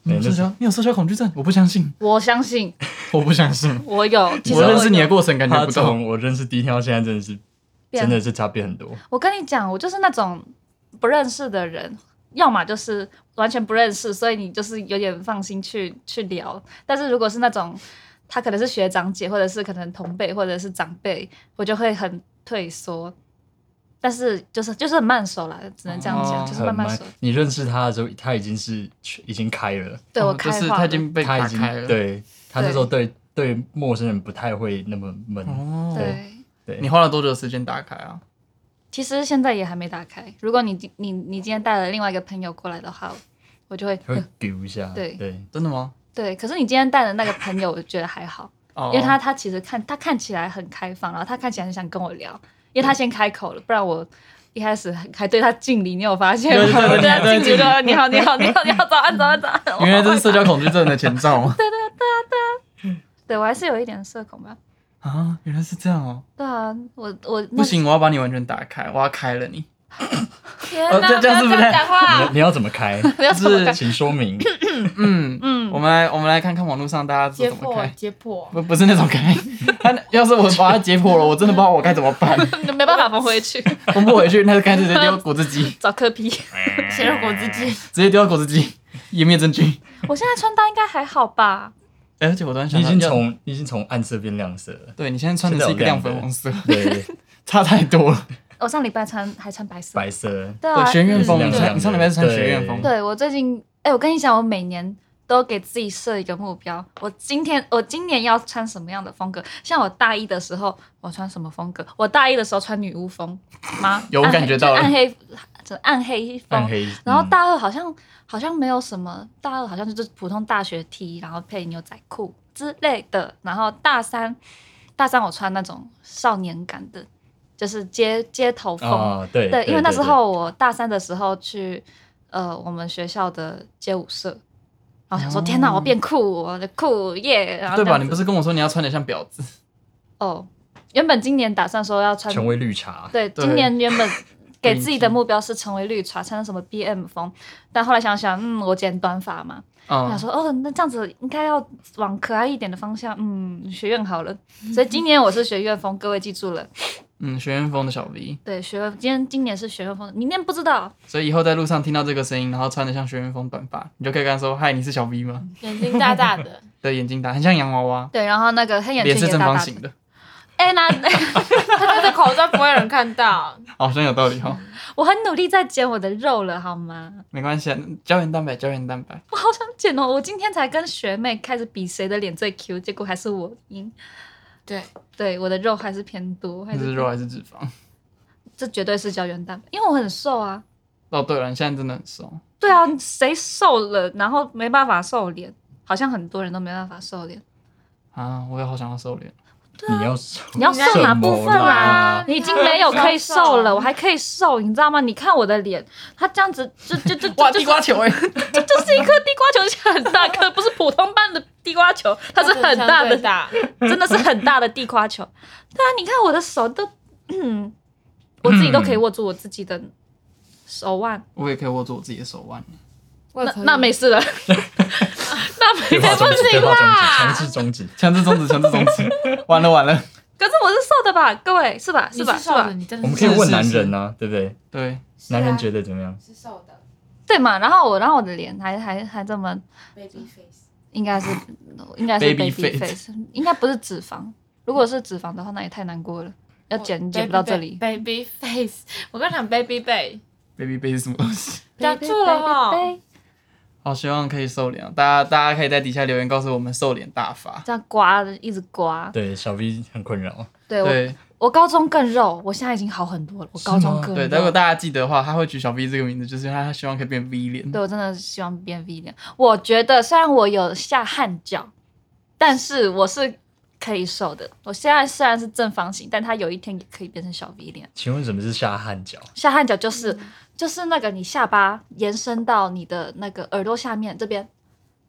[SPEAKER 3] 你
[SPEAKER 4] 对
[SPEAKER 3] 有
[SPEAKER 4] 那
[SPEAKER 3] 社
[SPEAKER 4] 时候
[SPEAKER 3] 交，你有社交恐惧症？我不相 信，
[SPEAKER 1] 我相信
[SPEAKER 3] 我不相信。
[SPEAKER 1] 我有。其实
[SPEAKER 3] 我认识
[SPEAKER 1] 有
[SPEAKER 3] 你的过程感觉
[SPEAKER 4] 他
[SPEAKER 3] 不到，
[SPEAKER 4] 从我认识第一天到现在真的是
[SPEAKER 1] 变
[SPEAKER 4] 真的是差别很多。
[SPEAKER 1] 我跟你讲，我就是那种不认识的人，要么就是完全不认识，所以你就是有点放心去去聊。但是如果是那种他可能是学长姐，或者是可能同辈，或者是长辈，我就会很退缩。但是就是就是很慢熟啦，只能这样讲，
[SPEAKER 3] 哦
[SPEAKER 1] 就是
[SPEAKER 4] 很
[SPEAKER 1] 慢慢熟。
[SPEAKER 4] 你认识他的时候，他已经是已经开了，
[SPEAKER 1] 对我开
[SPEAKER 3] 哦就是
[SPEAKER 1] 化
[SPEAKER 3] 他
[SPEAKER 1] 了
[SPEAKER 3] 已经被
[SPEAKER 4] 他
[SPEAKER 3] 打
[SPEAKER 4] 已经
[SPEAKER 3] 开了。，
[SPEAKER 4] 对他那时候对对陌生人不太会那么闷。
[SPEAKER 3] 哦，
[SPEAKER 1] 对。
[SPEAKER 4] 对，
[SPEAKER 3] 你花了多久时间打开啊？
[SPEAKER 1] 其实现在也还没打开。如果你今你你今天带了另外一个朋友过来的话，我就会
[SPEAKER 4] 会丢一下。
[SPEAKER 1] 对
[SPEAKER 4] 对
[SPEAKER 3] 真的吗？
[SPEAKER 1] 对。可是你今天带的那个朋友，我觉得还好。
[SPEAKER 3] 哦，
[SPEAKER 1] 因为他他其实看他看起来很开放，然后他看起来很想跟我聊，因为他先开口了，不然我一开始还对他敬礼，你有发现吗？
[SPEAKER 3] 对对对
[SPEAKER 1] 我对他
[SPEAKER 3] 对对
[SPEAKER 1] 敬礼，我
[SPEAKER 3] 敬
[SPEAKER 1] 就你好你好你好你好早安早安早安，我
[SPEAKER 3] 原来哦这是社交恐惧症的前兆 吗
[SPEAKER 1] 对 我还是有一点社恐吧。
[SPEAKER 3] 啊！原来是这样哦，
[SPEAKER 1] 对啊，我我
[SPEAKER 3] 不
[SPEAKER 1] 那
[SPEAKER 3] 行，我要把你完全打开，我要开了你。
[SPEAKER 2] 天
[SPEAKER 3] 呃
[SPEAKER 2] 哪，
[SPEAKER 3] 这
[SPEAKER 2] 不
[SPEAKER 3] 这样
[SPEAKER 2] 要
[SPEAKER 3] 是
[SPEAKER 2] 这
[SPEAKER 3] 不
[SPEAKER 2] 样
[SPEAKER 3] 太
[SPEAKER 2] 讲 话
[SPEAKER 4] 你。你要怎么开？
[SPEAKER 1] 不要
[SPEAKER 3] 就
[SPEAKER 1] 这么
[SPEAKER 3] 是
[SPEAKER 1] 干
[SPEAKER 4] 请说 明。
[SPEAKER 3] 嗯，
[SPEAKER 1] 嗯
[SPEAKER 3] 我，们来我们来看看网络上大家是
[SPEAKER 2] 解
[SPEAKER 3] 怎么
[SPEAKER 2] 破，
[SPEAKER 3] 开，
[SPEAKER 2] 解破。
[SPEAKER 3] 不不是那种 开。他要是我把它解剖了，我真的不知道我该怎么办，
[SPEAKER 1] 没办法缝回 去，
[SPEAKER 3] 缝不回去，那就干脆直接丢果汁 机，
[SPEAKER 1] 找柯皮。
[SPEAKER 2] 切入果汁机，
[SPEAKER 3] 直接丢到果汁机，以灭真菌。
[SPEAKER 1] 我现在穿搭应该还好吧？
[SPEAKER 3] 哎而且我突然
[SPEAKER 4] 你
[SPEAKER 3] 想
[SPEAKER 4] 已
[SPEAKER 3] 到，
[SPEAKER 4] 经
[SPEAKER 3] 要
[SPEAKER 4] 从你已经从暗色变亮色了。
[SPEAKER 3] 对你现在穿的是一个亮粉黄色，
[SPEAKER 4] 对，
[SPEAKER 3] 差太多了。
[SPEAKER 1] 我上礼拜穿还穿白色，
[SPEAKER 4] 白色。
[SPEAKER 1] 对啊
[SPEAKER 3] 对，，学院风，
[SPEAKER 4] 亮
[SPEAKER 3] 你
[SPEAKER 4] 的
[SPEAKER 3] 上你上礼拜是穿学院风，
[SPEAKER 1] 对我最近，哎、我跟你讲，我每年都给自己设一个目标，我今天我今年要穿什么样的风格？像我大一的时候，我穿什么风格？我大一的时候穿女巫风吗？
[SPEAKER 3] 有我
[SPEAKER 1] 暗黑
[SPEAKER 3] 感觉到了
[SPEAKER 1] 就暗黑，就暗黑
[SPEAKER 4] 暗
[SPEAKER 1] 风。
[SPEAKER 4] 黑。
[SPEAKER 1] 然后
[SPEAKER 4] 嗯
[SPEAKER 1] 大二好像、好像没有什么，大二好像就是普通大学 T，然后配牛仔裤之类的。然后大三，大三我穿那种少年感的，就是街街头风。
[SPEAKER 3] 哦
[SPEAKER 4] 啊，对
[SPEAKER 1] 对，因为那时
[SPEAKER 4] 对
[SPEAKER 1] 候我大三的时候去呃我们学校的街舞社，然后想说，天哪，我变酷，我的酷耶！然后
[SPEAKER 3] 哦
[SPEAKER 1] 这
[SPEAKER 3] 对吧？
[SPEAKER 1] 样子
[SPEAKER 3] 你不是跟我说你要穿的像婊子？
[SPEAKER 1] 哦，原本今年打算说要穿
[SPEAKER 4] 成为绿茶。
[SPEAKER 1] 对，
[SPEAKER 3] 对
[SPEAKER 1] 今年原本给
[SPEAKER 3] 领
[SPEAKER 1] 自己的
[SPEAKER 3] 巾
[SPEAKER 1] 目标是成为绿茶，穿什么 BM 风，但后来想想，嗯，我剪短发嘛，我想
[SPEAKER 3] 嗯，
[SPEAKER 1] 说，哦，那这样子应该要往可爱一点的方向，嗯，学院好 了。所以今年我是学院风，各位记住了，
[SPEAKER 3] 嗯，学院风的小 V，
[SPEAKER 1] 对，学院今天今年是学院风，明年不知道，
[SPEAKER 3] 所以以后在路上听到这个声音，然后穿的像学院风短发，你就可以跟他说：“嗨，你是小 V 吗
[SPEAKER 2] 眼睛大 大的，？”
[SPEAKER 3] 对，眼睛大，很像洋娃娃，
[SPEAKER 1] 对，然后那个黑眼
[SPEAKER 3] 脸是
[SPEAKER 1] 圈也
[SPEAKER 3] 正
[SPEAKER 1] 大
[SPEAKER 3] 方
[SPEAKER 1] 大
[SPEAKER 3] 形
[SPEAKER 1] 的，
[SPEAKER 3] 的，
[SPEAKER 1] 哎，那
[SPEAKER 2] 他戴着口罩不会有人看到。
[SPEAKER 3] 哦好像有道理 哈。
[SPEAKER 1] 我很努力在减我的肉了，好吗？
[SPEAKER 3] 没关系，啊，胶原蛋白，胶原蛋白。
[SPEAKER 1] 我好想减哦，我今天才跟学妹开始比谁的脸最 Q，结果还是我赢，
[SPEAKER 2] 对，
[SPEAKER 1] 对，我的肉还是偏多，还
[SPEAKER 3] 这
[SPEAKER 1] 是
[SPEAKER 3] 是肉还是脂肪？
[SPEAKER 1] 这绝对是胶原蛋白，因为我很瘦啊。
[SPEAKER 3] 哦，对了，你现在真的很瘦，
[SPEAKER 1] 对啊，谁瘦了然后没办法瘦脸？好像很多人都没办法瘦脸。
[SPEAKER 3] 啊，我也好想要瘦脸。
[SPEAKER 4] 你要瘦
[SPEAKER 1] 啊你要瘦哪部分
[SPEAKER 4] 什么
[SPEAKER 1] 啊
[SPEAKER 4] 啦？
[SPEAKER 1] 你已经没有可以瘦啊了，我还可以瘦，你知道吗？你看我的脸，它这样子，就就就就
[SPEAKER 3] 哇，
[SPEAKER 1] 就
[SPEAKER 3] 地瓜球哎！
[SPEAKER 1] 就就是一颗地瓜球，而且很大颗，不是普通般的地瓜球，它是很大的，
[SPEAKER 2] 大，
[SPEAKER 1] 真的是很大的地瓜球。对啊，你看我的手都，嗯，我自己都可以握住我自己的手腕，
[SPEAKER 3] 我也可以握住我自己的手腕。
[SPEAKER 2] 我也
[SPEAKER 1] 那
[SPEAKER 2] 可以
[SPEAKER 1] 那没事 了，那没
[SPEAKER 4] 对话终止，对话终止，强制终
[SPEAKER 3] 强
[SPEAKER 4] 止。
[SPEAKER 3] 制终止，强制终止， 完了完了。
[SPEAKER 1] 可是我是瘦的吧，各位是吧？
[SPEAKER 2] 你
[SPEAKER 1] 吧？
[SPEAKER 2] 是
[SPEAKER 1] 是
[SPEAKER 2] 瘦的，
[SPEAKER 1] 吧？
[SPEAKER 2] 你真
[SPEAKER 4] 我
[SPEAKER 2] 的
[SPEAKER 4] 们
[SPEAKER 2] 是
[SPEAKER 4] 可以问男人啊，对不对？
[SPEAKER 3] 对，
[SPEAKER 2] 是啊
[SPEAKER 4] 男人觉得怎么样？
[SPEAKER 2] 是瘦的
[SPEAKER 1] 对嘛？然后我，然后我的脸还还还这么，
[SPEAKER 2] ，baby face。
[SPEAKER 1] 应 该是应该是
[SPEAKER 3] Baby
[SPEAKER 1] baby face，应该不是脂肪。如果是脂肪的话，那也太难过了，要减减不到这里。
[SPEAKER 2] baby face，我刚讲 baby bay，
[SPEAKER 3] baby baby 是什么东西？
[SPEAKER 2] 讲错了哦
[SPEAKER 1] baby, baby
[SPEAKER 3] 好，希望可以瘦脸哦，大家大家可以在底下留言告诉我们瘦脸大法。
[SPEAKER 1] 这样刮的一直刮。
[SPEAKER 4] 对，小 V 很困扰。
[SPEAKER 1] 对我，
[SPEAKER 3] 对
[SPEAKER 1] 我高中更肉，我现在已经好很多了。我高中
[SPEAKER 4] 是
[SPEAKER 1] 更
[SPEAKER 3] 对，如果
[SPEAKER 1] 肉。
[SPEAKER 3] 大家记得的话，他会取小 V 这个名字，就是因为他希望可以变 V 脸。
[SPEAKER 1] 对，我真的希望变 V 脸。我觉得虽然我有下汗脚，但是我是可以瘦的。我现在虽然是正方形，但它有一天也可以变成小 V 脸。
[SPEAKER 4] 请问什么是下汗脚？
[SPEAKER 1] 下汗角就是、就是那个你下巴延伸到你的那个耳朵下面这边，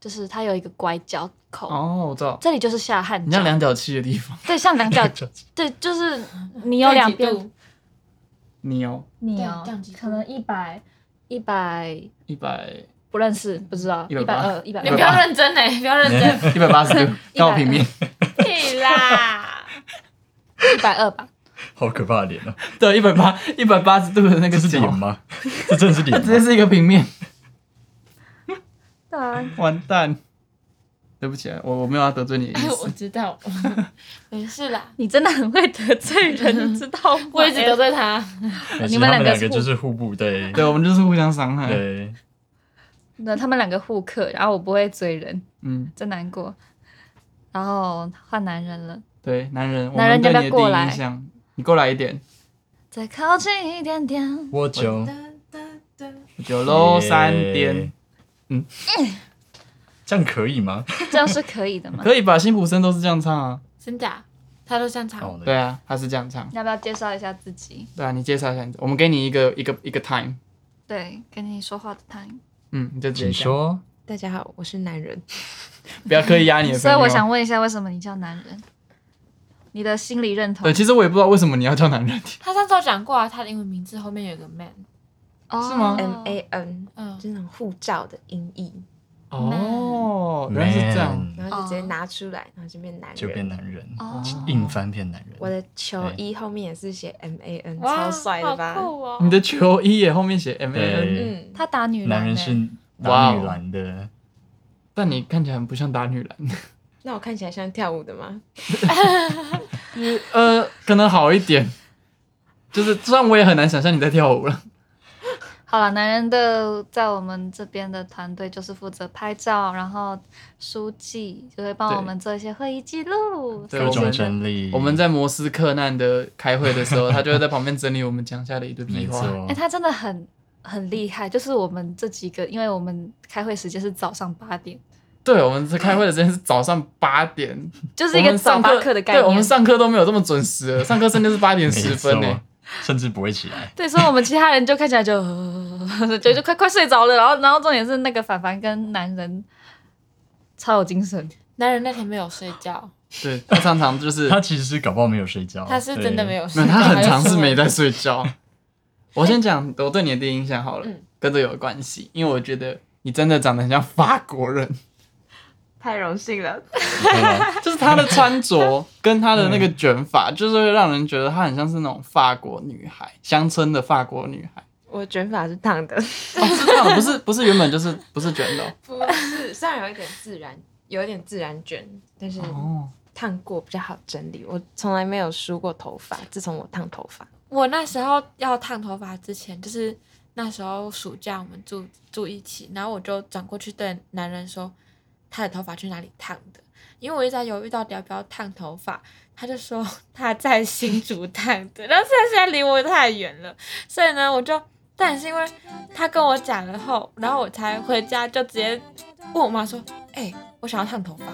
[SPEAKER 1] 就是它有一个拐角口，
[SPEAKER 3] 哦，我知道，
[SPEAKER 1] 这里就是下汗
[SPEAKER 3] 你
[SPEAKER 1] 角
[SPEAKER 3] 像。两脚气的地方。
[SPEAKER 1] 对，像两角，对，就是你有两
[SPEAKER 2] 这几
[SPEAKER 1] 边
[SPEAKER 2] 度，
[SPEAKER 3] 你哦，
[SPEAKER 1] 你
[SPEAKER 2] 对这样几度
[SPEAKER 1] 一百一百
[SPEAKER 3] 一百
[SPEAKER 1] 不认识，不知道
[SPEAKER 3] 180
[SPEAKER 1] 一百二一百
[SPEAKER 2] 你不要认真哎，不要认真，
[SPEAKER 3] 一百八十度，刚好平面。
[SPEAKER 2] 屁啦！
[SPEAKER 1] 一百二吧，
[SPEAKER 4] 好可怕的脸啊！
[SPEAKER 3] 对，一百八一百八十度的那个
[SPEAKER 4] 这是
[SPEAKER 3] 角，
[SPEAKER 4] 脸 吗？这真的是脸
[SPEAKER 3] 直接
[SPEAKER 4] 吗？
[SPEAKER 3] 是一个平面，
[SPEAKER 1] 对啊，
[SPEAKER 3] 完蛋。对不起啊，我我没有要得罪你的
[SPEAKER 2] 哎
[SPEAKER 3] 意，
[SPEAKER 2] 我
[SPEAKER 3] 思。
[SPEAKER 2] 知道，没事啦，
[SPEAKER 1] 你真的很会得罪人，你知道吗？
[SPEAKER 2] 我一直得罪他。
[SPEAKER 4] 没事
[SPEAKER 1] 你们
[SPEAKER 4] 他
[SPEAKER 1] 两
[SPEAKER 4] 们两
[SPEAKER 1] 个是
[SPEAKER 4] 个就是互补，对
[SPEAKER 3] 对，我们就是互相伤害。
[SPEAKER 4] 对。
[SPEAKER 1] 那他们两个互克，然后我不会追人，
[SPEAKER 3] 嗯，
[SPEAKER 1] 真难过。然后换男人了。
[SPEAKER 3] 对，男人，我
[SPEAKER 1] 男人
[SPEAKER 3] 们对
[SPEAKER 1] 要不要
[SPEAKER 3] 你的第
[SPEAKER 1] 过来
[SPEAKER 3] 一印象，你过来一点，
[SPEAKER 1] 再靠近一点点，
[SPEAKER 4] 我就
[SPEAKER 3] 九楼三点。，嗯
[SPEAKER 4] 嗯，这样可以吗？
[SPEAKER 1] 这样是可以的吗？
[SPEAKER 3] 可以吧？辛普森都是这样唱啊。
[SPEAKER 2] 真假？他都这样唱，
[SPEAKER 4] 好
[SPEAKER 3] 对
[SPEAKER 4] 的，
[SPEAKER 3] 啊，他是这样唱。
[SPEAKER 1] 要不要介绍一下自己？
[SPEAKER 3] 对啊，你介绍一下你，我们给你一个一个一个 time，
[SPEAKER 1] 对，跟你说话的 time。
[SPEAKER 3] 嗯，你就直接
[SPEAKER 4] 请
[SPEAKER 3] 讲，
[SPEAKER 4] 说。
[SPEAKER 2] 大家好，我是男人。
[SPEAKER 3] 不要刻意压你 的
[SPEAKER 1] 所
[SPEAKER 3] 朋
[SPEAKER 1] 以
[SPEAKER 3] 友。
[SPEAKER 1] 我想问一下，为什么你叫男人？你的心理认同
[SPEAKER 3] 对，？其实我也不知道为什么你要叫男人，
[SPEAKER 2] 他上次有讲过啊，他的英文名字后面有个 man，
[SPEAKER 1] 哦
[SPEAKER 3] 是吗
[SPEAKER 5] M A N，
[SPEAKER 2] 嗯，
[SPEAKER 5] 就是那种护照的音译，
[SPEAKER 3] 哦，原来是这样。
[SPEAKER 4] Man，
[SPEAKER 5] 然后就直接
[SPEAKER 1] 哦
[SPEAKER 5] 拿出来，然后就变男
[SPEAKER 4] 就变
[SPEAKER 5] 人。
[SPEAKER 4] 男人，
[SPEAKER 1] 哦，
[SPEAKER 4] 硬翻变男
[SPEAKER 5] 我
[SPEAKER 4] 人。
[SPEAKER 5] 的球衣后面也是写 M A N，
[SPEAKER 2] 哇
[SPEAKER 5] 超帅的吧？
[SPEAKER 2] 好酷哦！
[SPEAKER 3] 你的球衣也后面写 M A N，
[SPEAKER 4] 对，
[SPEAKER 5] 嗯，
[SPEAKER 1] 他打女
[SPEAKER 4] 男
[SPEAKER 1] 人
[SPEAKER 4] 人
[SPEAKER 1] 呢
[SPEAKER 4] 是打女篮
[SPEAKER 3] 哦
[SPEAKER 4] 的，
[SPEAKER 3] 但你看起来很不像打女篮。
[SPEAKER 5] 那我看起来像跳舞的吗？
[SPEAKER 3] 呃，可能好一点，就是虽然我也很难想象你在跳舞了。
[SPEAKER 1] 好了，男人的在我们这边的团队就是负责拍照，然后书记就会帮
[SPEAKER 3] 对
[SPEAKER 1] 我们做一些会议记录，所
[SPEAKER 3] 对
[SPEAKER 4] 各
[SPEAKER 1] 以
[SPEAKER 3] 我
[SPEAKER 4] 种
[SPEAKER 3] 们
[SPEAKER 4] 整理。
[SPEAKER 3] 我们在摩斯克难的开会的时候，他就会在旁边整理我们讲下的一堆
[SPEAKER 4] 没
[SPEAKER 3] 屁话。
[SPEAKER 1] 哎、
[SPEAKER 4] 错，
[SPEAKER 1] 他真的很很厉害，就是我们这几个，因为我们开会时间是早上八 点，
[SPEAKER 3] 对，我们这开会的时间是早上八点，
[SPEAKER 1] 就是一
[SPEAKER 3] 我
[SPEAKER 1] 个
[SPEAKER 3] 们
[SPEAKER 1] 早
[SPEAKER 3] 上
[SPEAKER 1] 八
[SPEAKER 3] 课
[SPEAKER 1] 课的概
[SPEAKER 3] 对，我们
[SPEAKER 1] 念。
[SPEAKER 3] 上课都没有这么准时了，上课甚至是八点十
[SPEAKER 4] 没
[SPEAKER 3] 分欸呢、
[SPEAKER 4] 错，甚至不会起来。
[SPEAKER 1] 对，所以我们其他人就 看起来就就就快快睡着了，然后然后重点是那个凡凡跟男人超有精 神。
[SPEAKER 2] 男人那天没有睡觉，
[SPEAKER 3] 对他常常就是
[SPEAKER 4] 他其实是搞不好没有睡觉，
[SPEAKER 2] 他是真的没有睡
[SPEAKER 3] 哦没有，
[SPEAKER 2] 觉，
[SPEAKER 3] 他很
[SPEAKER 2] 长
[SPEAKER 3] 常是没在睡 觉。我先讲我对你的第一印象好了，
[SPEAKER 5] 嗯
[SPEAKER 3] 跟这有关系，因为我觉得你真的长得很像法国人，
[SPEAKER 5] 太荣幸了，
[SPEAKER 4] 对。对吧
[SPEAKER 3] 就是她的穿着跟她的那个卷发，就是会让人觉得她很像是那种法国女孩，乡村的法国女孩。
[SPEAKER 5] 我卷发是烫的，
[SPEAKER 3] 哦，是这样的，不是不是原本就是不是卷的 哦
[SPEAKER 5] 不是，虽然有一点自然，有一点自然卷，但是
[SPEAKER 3] 哦哦，
[SPEAKER 5] 烫过比较好整理。我从来没有梳过头发，自从我烫头发，
[SPEAKER 2] 我那时候要烫头发之前，就是那时候暑假我们住住一起，然后我就转过去对男人说他的头发去哪里烫的，因为我一直在犹豫到底要不要烫头发，他就说他在新竹烫的，然后他现在离我太远了，所以呢我就。但是因为他跟我讲了后，然后我才回家就直接问我妈说：“哎、我想要烫头发。”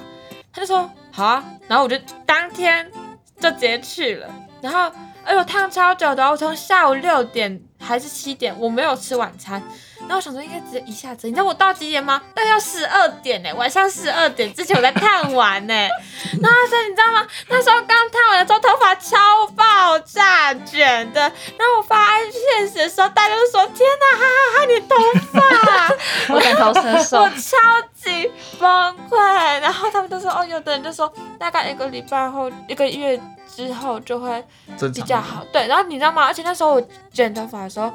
[SPEAKER 2] 他就说：“好啊。”然后我就当天就直接去了。然后，哎呦，烫超久的哦，我从下午六点还是七点，我没有吃晚餐。然后我想说应该直接一下子，你知道我到几点吗？大概要十二点呢、晚上十二点之前我才烫完呢、然后所以你知道吗？那时候刚烫完的时候，头发超爆炸卷的。然后我发现实的时候，大家就说：“天哪，哈哈哈，你头发、
[SPEAKER 1] 我感同身受
[SPEAKER 2] 我，超级崩溃。然后他们都说，哦，有的人就说大概一个礼拜后、一个月之后就会
[SPEAKER 3] 正
[SPEAKER 2] 比
[SPEAKER 3] 常
[SPEAKER 2] 较好。对，然后你知道吗？而且那时候我卷头发的时候，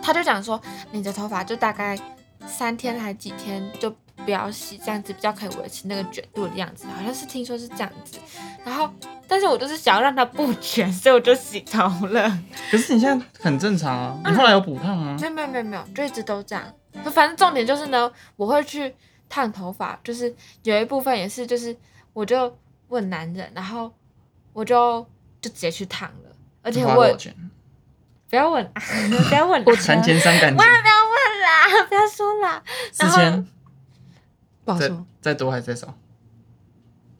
[SPEAKER 2] 他就讲说，你的头发就大概三天还几天就不要洗，这样子比较可以维持那个卷度的样子。好像是听说是这样子。然后，但是我就是想要让它不卷，所以我就洗头了。
[SPEAKER 3] 可是你现在很正常啊，
[SPEAKER 2] 嗯
[SPEAKER 3] 你后来有补烫吗
[SPEAKER 2] 没？有没有没有没有，就一直都这样。反正重点就是呢，我会去烫头发，就是有一部分也是，就是我就问男人，然后我就就直接去烫了，而且
[SPEAKER 3] 花
[SPEAKER 2] 我
[SPEAKER 3] 多
[SPEAKER 2] 也
[SPEAKER 3] 少钱？
[SPEAKER 2] 不要 问啊，不要问啦，
[SPEAKER 3] 三千三感觉
[SPEAKER 2] 万不要问啦，不要说啦，
[SPEAKER 3] 四千，
[SPEAKER 2] 不好
[SPEAKER 3] 再。再多还是再少？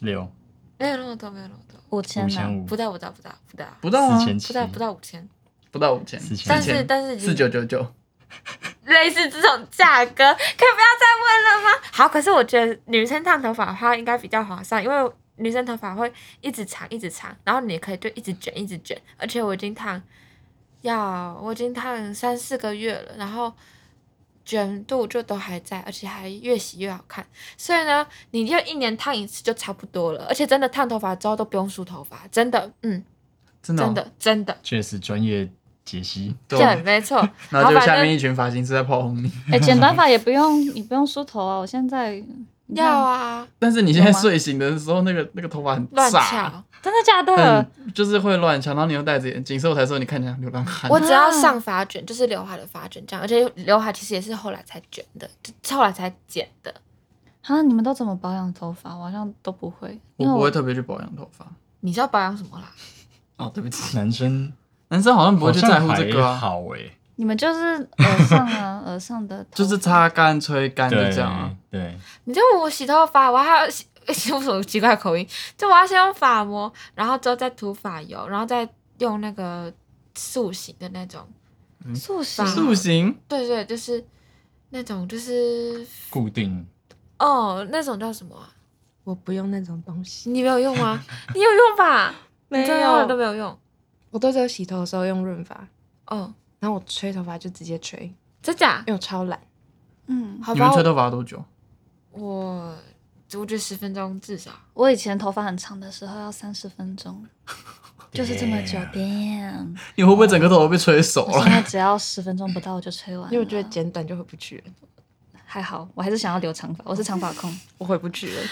[SPEAKER 4] 六
[SPEAKER 2] 没有那么多，没有那么多，
[SPEAKER 1] 五
[SPEAKER 4] 五
[SPEAKER 1] 千啊呢、
[SPEAKER 4] 千五，
[SPEAKER 2] 不到不到不到不到
[SPEAKER 3] 不到啊
[SPEAKER 4] 四，千七，
[SPEAKER 2] 不到不到五千，
[SPEAKER 3] 不到五千，
[SPEAKER 4] 四千
[SPEAKER 2] 但
[SPEAKER 3] 四
[SPEAKER 2] 是
[SPEAKER 3] 千
[SPEAKER 2] 但是已经
[SPEAKER 3] 四九九九，
[SPEAKER 2] 类似这种价格，可以不要再问了吗？好，可是我觉得女生烫头发的话应该比较划算，因为女生头发会一直长一直长，然后你也可以就一直卷一直卷，而且我已经烫要我已经烫三四个月了，然后卷度就都还在，而且还越洗越好看。所以呢，你就一年烫一次就差不多了，而且真的烫头发之后都不用梳头发，真的，嗯，
[SPEAKER 3] 真的哦
[SPEAKER 2] 真的真的，
[SPEAKER 4] 确实专业解析，
[SPEAKER 3] 对啊
[SPEAKER 2] 对，。没错。
[SPEAKER 3] 然后就
[SPEAKER 2] 好反
[SPEAKER 3] 下
[SPEAKER 2] 正
[SPEAKER 3] 面一群发型师在炮轰 你，
[SPEAKER 1] 哎、剪短发也不用，你不用梳头啊。我现在你看
[SPEAKER 2] 要啊，
[SPEAKER 3] 但是你现在
[SPEAKER 1] 有吗
[SPEAKER 3] 睡醒的时候，那个 那个头发很
[SPEAKER 2] 乱
[SPEAKER 3] 炸，
[SPEAKER 2] 翘。嗯
[SPEAKER 1] 真的假的？
[SPEAKER 3] 很就是会乱翘，然后你又戴着眼镜，所以我才说你看起来像流浪汉。
[SPEAKER 2] 我只要上发卷，就是刘海的发卷这样，而且刘海其实也是后来才卷的，就后来才剪的。
[SPEAKER 1] 啊，你们都怎么保养头发？我好像都不会，
[SPEAKER 3] 我
[SPEAKER 1] 因为
[SPEAKER 3] 不
[SPEAKER 1] 我
[SPEAKER 3] 会特别去保养头发。
[SPEAKER 2] 你是要保养什么啦？
[SPEAKER 3] 哦，对不起，
[SPEAKER 4] 男生
[SPEAKER 3] 男生好像不
[SPEAKER 4] 好
[SPEAKER 3] 会去
[SPEAKER 4] 像
[SPEAKER 3] 在乎这个
[SPEAKER 4] 还
[SPEAKER 3] 啊，
[SPEAKER 4] 好哎，
[SPEAKER 1] 你们就是耳上啊， 耳上的头
[SPEAKER 3] 就是擦干、吹干就
[SPEAKER 4] 对
[SPEAKER 3] 这样啊。
[SPEAKER 4] 对，
[SPEAKER 2] 你就我洗头发，我还要洗， 用什么奇怪的口音？就我要先用发膜，然后之后再涂发油，然后再用那个塑形的那种。
[SPEAKER 1] 塑形
[SPEAKER 2] 吧
[SPEAKER 3] 塑形
[SPEAKER 2] 对对，就是那种，就是
[SPEAKER 4] 固定
[SPEAKER 2] 哦，那种叫什么、啊？
[SPEAKER 5] 我不用那种东西，
[SPEAKER 2] 你没有用 吗？你有用吧？
[SPEAKER 5] 没
[SPEAKER 2] 你真的后来都
[SPEAKER 5] 有
[SPEAKER 2] 没有用。
[SPEAKER 5] 我都只有洗头的时候用润发，
[SPEAKER 2] 哦，
[SPEAKER 5] 然后我吹头发就直接吹，因
[SPEAKER 2] 真假？
[SPEAKER 5] 为我超懒。
[SPEAKER 1] 嗯，
[SPEAKER 2] 好
[SPEAKER 3] 你们
[SPEAKER 2] 吧，
[SPEAKER 3] 吹头发多久？
[SPEAKER 2] 我我觉得十分钟至少。
[SPEAKER 1] 我以前头发很长的时候要三十分 钟，就是这么久
[SPEAKER 4] Damn。
[SPEAKER 1] ，damn！
[SPEAKER 3] 你会不会整个头都被吹熟
[SPEAKER 1] 我现
[SPEAKER 3] 了？
[SPEAKER 1] 在只要十分钟不到我就吹完了，
[SPEAKER 5] 因为我觉得剪短就回不去了，
[SPEAKER 1] 还好，我还是想要留长发，我是长发 控。
[SPEAKER 5] 我回不去了，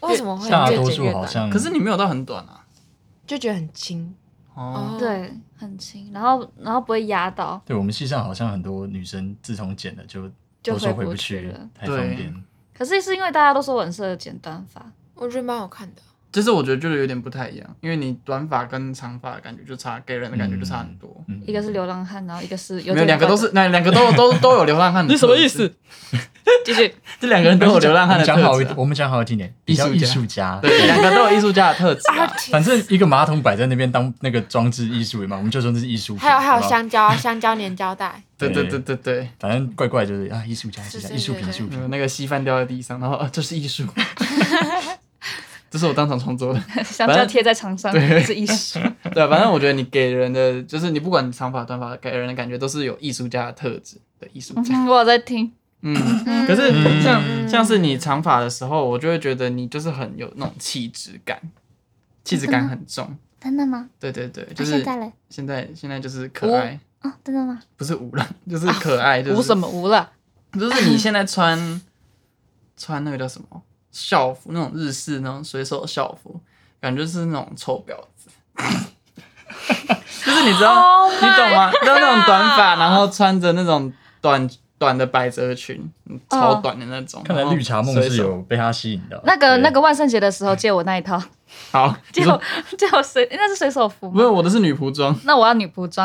[SPEAKER 2] 为什么
[SPEAKER 1] 哦
[SPEAKER 2] 会
[SPEAKER 4] 大
[SPEAKER 2] 越
[SPEAKER 4] 多
[SPEAKER 2] 剪越
[SPEAKER 4] 数好
[SPEAKER 2] 短
[SPEAKER 4] 像，
[SPEAKER 3] 可是你没有到很短啊。
[SPEAKER 5] 就觉得很轻。
[SPEAKER 3] 哦，
[SPEAKER 1] 对，很轻，然后然后不会压到，
[SPEAKER 4] 对我们系上好像很多女生自从剪了就
[SPEAKER 1] 就
[SPEAKER 4] 都说
[SPEAKER 1] 回
[SPEAKER 4] 回
[SPEAKER 1] 不
[SPEAKER 4] 不
[SPEAKER 1] 去
[SPEAKER 4] 去
[SPEAKER 1] 了，
[SPEAKER 4] 太方
[SPEAKER 3] 对
[SPEAKER 4] 便。
[SPEAKER 1] 可是是因为大家都说我很适合剪短发，
[SPEAKER 2] 我觉得蛮好看的。
[SPEAKER 3] 就是我觉得就是有点不太一样，因为你短发跟长发的感觉就差，给人的感觉就差很多。
[SPEAKER 4] 嗯
[SPEAKER 1] 一个是流浪汉，然后一个是嗯有
[SPEAKER 3] 没有两个都是，那两个都 都都有流浪汉。
[SPEAKER 6] 你什么意？思？
[SPEAKER 1] 继 续
[SPEAKER 3] 这两个人都有流浪汉的
[SPEAKER 4] 讲好
[SPEAKER 3] 特
[SPEAKER 4] 一
[SPEAKER 3] 质
[SPEAKER 4] 点，
[SPEAKER 3] 啊，
[SPEAKER 4] 我们讲好一点点，比较
[SPEAKER 3] 艺
[SPEAKER 4] 艺
[SPEAKER 3] 术
[SPEAKER 4] 术家。
[SPEAKER 3] 对，两个都有艺术家的特质啊。
[SPEAKER 4] 反正一个马桶摆在那边当那个装置艺术嘛，我们就说那是艺术品。
[SPEAKER 2] 还有还
[SPEAKER 4] 好
[SPEAKER 2] 有
[SPEAKER 4] 不好，
[SPEAKER 2] 香蕉啊，香 蕉粘胶带，
[SPEAKER 3] 对对对对对，
[SPEAKER 4] 反正怪怪就是啊，艺术家、艺术
[SPEAKER 2] 是
[SPEAKER 4] 家、
[SPEAKER 2] 是
[SPEAKER 4] 艺术品、艺
[SPEAKER 2] 是是
[SPEAKER 4] 术品。
[SPEAKER 3] 嗯，那个稀饭掉在地上，然后啊，这是艺术，这是我当场创作的。
[SPEAKER 1] 香蕉贴在墙上
[SPEAKER 3] 对
[SPEAKER 1] 是艺术，
[SPEAKER 3] 对，啊反正我觉得你给人的就是你不管长发短发，给人的感觉都是有艺术家的特质的艺术
[SPEAKER 1] 嗯
[SPEAKER 3] 家。
[SPEAKER 1] 哼 我有在听，
[SPEAKER 3] 嗯，
[SPEAKER 2] 嗯
[SPEAKER 3] 可是
[SPEAKER 4] 嗯
[SPEAKER 3] 像像是你长发的时候，我就会觉得你就是很有那种气质感，气质感很重。
[SPEAKER 1] 真的吗？
[SPEAKER 3] 对对对，
[SPEAKER 1] 那
[SPEAKER 3] 就是
[SPEAKER 1] 现在嘞？
[SPEAKER 3] 现在现在就是可爱，
[SPEAKER 1] 哦，真的吗？
[SPEAKER 3] 不是无了，就是可爱，就是
[SPEAKER 1] 无什么无了，
[SPEAKER 3] 就是你现在穿穿那个叫什么校服，那种日式那种水手校服，感觉是那种臭婊子。 就是你知道
[SPEAKER 1] 哦
[SPEAKER 3] 你懂 吗？就是那种短发，然后穿着那种短短的百褶裙，嗯超短的那种。
[SPEAKER 4] 哦看来
[SPEAKER 3] 然后
[SPEAKER 4] 绿茶梦
[SPEAKER 3] 水
[SPEAKER 4] 是
[SPEAKER 3] 手
[SPEAKER 4] 有被他吸引的。
[SPEAKER 1] 那个
[SPEAKER 4] 对
[SPEAKER 1] 那个万圣节的时候借我那一 套，
[SPEAKER 3] 好，你
[SPEAKER 1] 借
[SPEAKER 3] 说
[SPEAKER 1] 我借我水，那是水手服
[SPEAKER 3] 不
[SPEAKER 1] 吗？
[SPEAKER 3] 是我的是女仆装。
[SPEAKER 1] 那我要女仆装，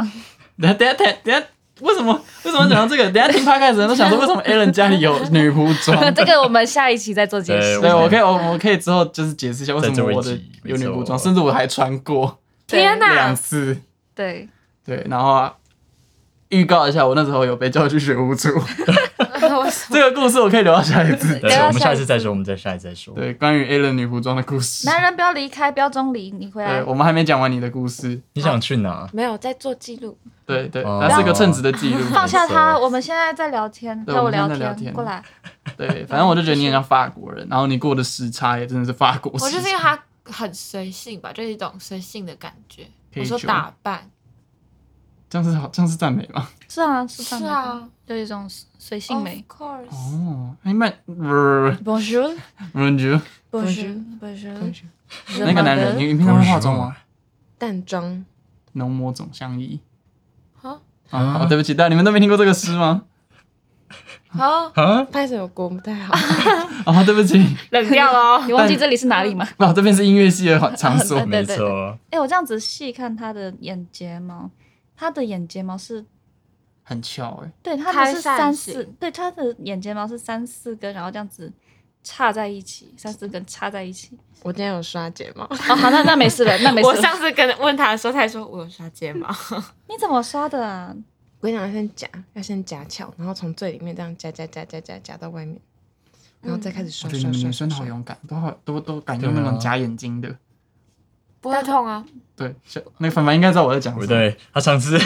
[SPEAKER 3] 等下等下等下等下，为什么为什么讲到这个？等下听 p 开始人都想说，为什么 Alan 家 里有女仆装？
[SPEAKER 1] 这个我们下一期再做解释。
[SPEAKER 3] 对，我可以，我我可以之后就是解释一下为
[SPEAKER 4] 在
[SPEAKER 3] 什
[SPEAKER 4] 这
[SPEAKER 3] 么
[SPEAKER 4] 位
[SPEAKER 3] 我的
[SPEAKER 4] 集
[SPEAKER 3] 有
[SPEAKER 4] 没
[SPEAKER 3] 女仆
[SPEAKER 4] 错
[SPEAKER 3] 装，甚至我还穿过
[SPEAKER 2] 天哪
[SPEAKER 3] 两次。
[SPEAKER 1] 对，
[SPEAKER 3] 对，然后啊预告一下，我那时候有被叫去学巫 术。
[SPEAKER 2] 我什么
[SPEAKER 3] 这个故事我可以留到下一次。
[SPEAKER 4] 对
[SPEAKER 1] 等，到
[SPEAKER 4] 我们
[SPEAKER 1] 下
[SPEAKER 4] 下
[SPEAKER 1] 一
[SPEAKER 4] 一次再说，我们再下一次再说。
[SPEAKER 3] 对，关于 a l a n 女仆装的故事。
[SPEAKER 1] 男人不要离开，不要钟离，你回来
[SPEAKER 3] 对，。我们还没讲完你的故事。
[SPEAKER 4] 你想去
[SPEAKER 3] 啊
[SPEAKER 4] 哪？
[SPEAKER 5] 没有在做记录，
[SPEAKER 3] 对对，
[SPEAKER 4] 哦
[SPEAKER 3] 它是个称职的 记录。
[SPEAKER 1] 放下
[SPEAKER 4] 没
[SPEAKER 1] 他，
[SPEAKER 4] 错
[SPEAKER 1] 我们现在在聊天，
[SPEAKER 3] 对
[SPEAKER 1] 陪我
[SPEAKER 3] 我们现在在聊
[SPEAKER 1] 天，
[SPEAKER 3] 天
[SPEAKER 1] 过来。
[SPEAKER 3] 对，反正我就觉得你很像法国人，然后你过的时差也真的是法国
[SPEAKER 2] 我
[SPEAKER 3] 时
[SPEAKER 2] 就是因
[SPEAKER 3] 差。
[SPEAKER 2] 为它很随性吧，就是一种随性的感觉。
[SPEAKER 3] 可以
[SPEAKER 2] 我说
[SPEAKER 3] 揪
[SPEAKER 2] 打扮
[SPEAKER 3] 这样是好，这样是赞美吗？
[SPEAKER 1] 是啊，是这
[SPEAKER 2] 是
[SPEAKER 1] 样的，
[SPEAKER 2] 啊
[SPEAKER 1] 就一种随性
[SPEAKER 2] ，Of
[SPEAKER 1] 美。
[SPEAKER 2] course。
[SPEAKER 3] 哦，哎慢，不不不不
[SPEAKER 2] Bonjour，
[SPEAKER 3] 不，你觉得
[SPEAKER 1] Bonjour, bonjour,
[SPEAKER 2] 哦
[SPEAKER 3] 那个男人，你你平常会化妆吗？
[SPEAKER 5] 淡妆
[SPEAKER 3] 浓抹总相宜。
[SPEAKER 2] 啊
[SPEAKER 3] 啊，对不起，但你们都没听过这个诗吗？
[SPEAKER 2] 好，
[SPEAKER 4] 啊？
[SPEAKER 5] 拍手国不太 好，
[SPEAKER 3] 啊，对不起，
[SPEAKER 1] 冷掉了哦。你忘记这里是哪里
[SPEAKER 2] 嗯
[SPEAKER 1] 吗？
[SPEAKER 3] 啊，这边是音乐系的场所
[SPEAKER 1] 对
[SPEAKER 4] 没错，
[SPEAKER 1] 哎，我这样子细看他的眼睫毛，他的眼睫毛是
[SPEAKER 3] 很翘哎。
[SPEAKER 1] 对，它
[SPEAKER 2] 开
[SPEAKER 1] 不是
[SPEAKER 2] 扇
[SPEAKER 1] 三
[SPEAKER 2] 形
[SPEAKER 1] 四，对，它的眼睫毛是三四根，然后这样子插在一起，三四根插在一起。
[SPEAKER 5] 我今天有刷睫毛，
[SPEAKER 1] 哦，好，那那没事了，那没事
[SPEAKER 2] 我
[SPEAKER 1] 了。
[SPEAKER 2] 上次跟问他的时候，他还说我有刷睫毛。
[SPEAKER 1] 你怎么刷的啊？
[SPEAKER 5] 我跟你讲，要先夹，要先夹翘，然后从最里面这样夹夹夹夹夹夹到外面，然后
[SPEAKER 2] 嗯
[SPEAKER 5] 再开始
[SPEAKER 3] 我
[SPEAKER 5] 刷
[SPEAKER 3] 觉
[SPEAKER 5] 刷
[SPEAKER 3] 得你
[SPEAKER 5] 刷
[SPEAKER 3] 们
[SPEAKER 5] 刷
[SPEAKER 3] 女生好
[SPEAKER 5] 刷
[SPEAKER 3] 勇敢，都好都都敢用那
[SPEAKER 4] 对
[SPEAKER 3] 种
[SPEAKER 4] 啊
[SPEAKER 3] 假眼睛的。
[SPEAKER 2] 不会痛啊！
[SPEAKER 3] 对，像那个凡凡应该知道我在讲
[SPEAKER 4] 不
[SPEAKER 3] 什么。
[SPEAKER 4] 对，他上次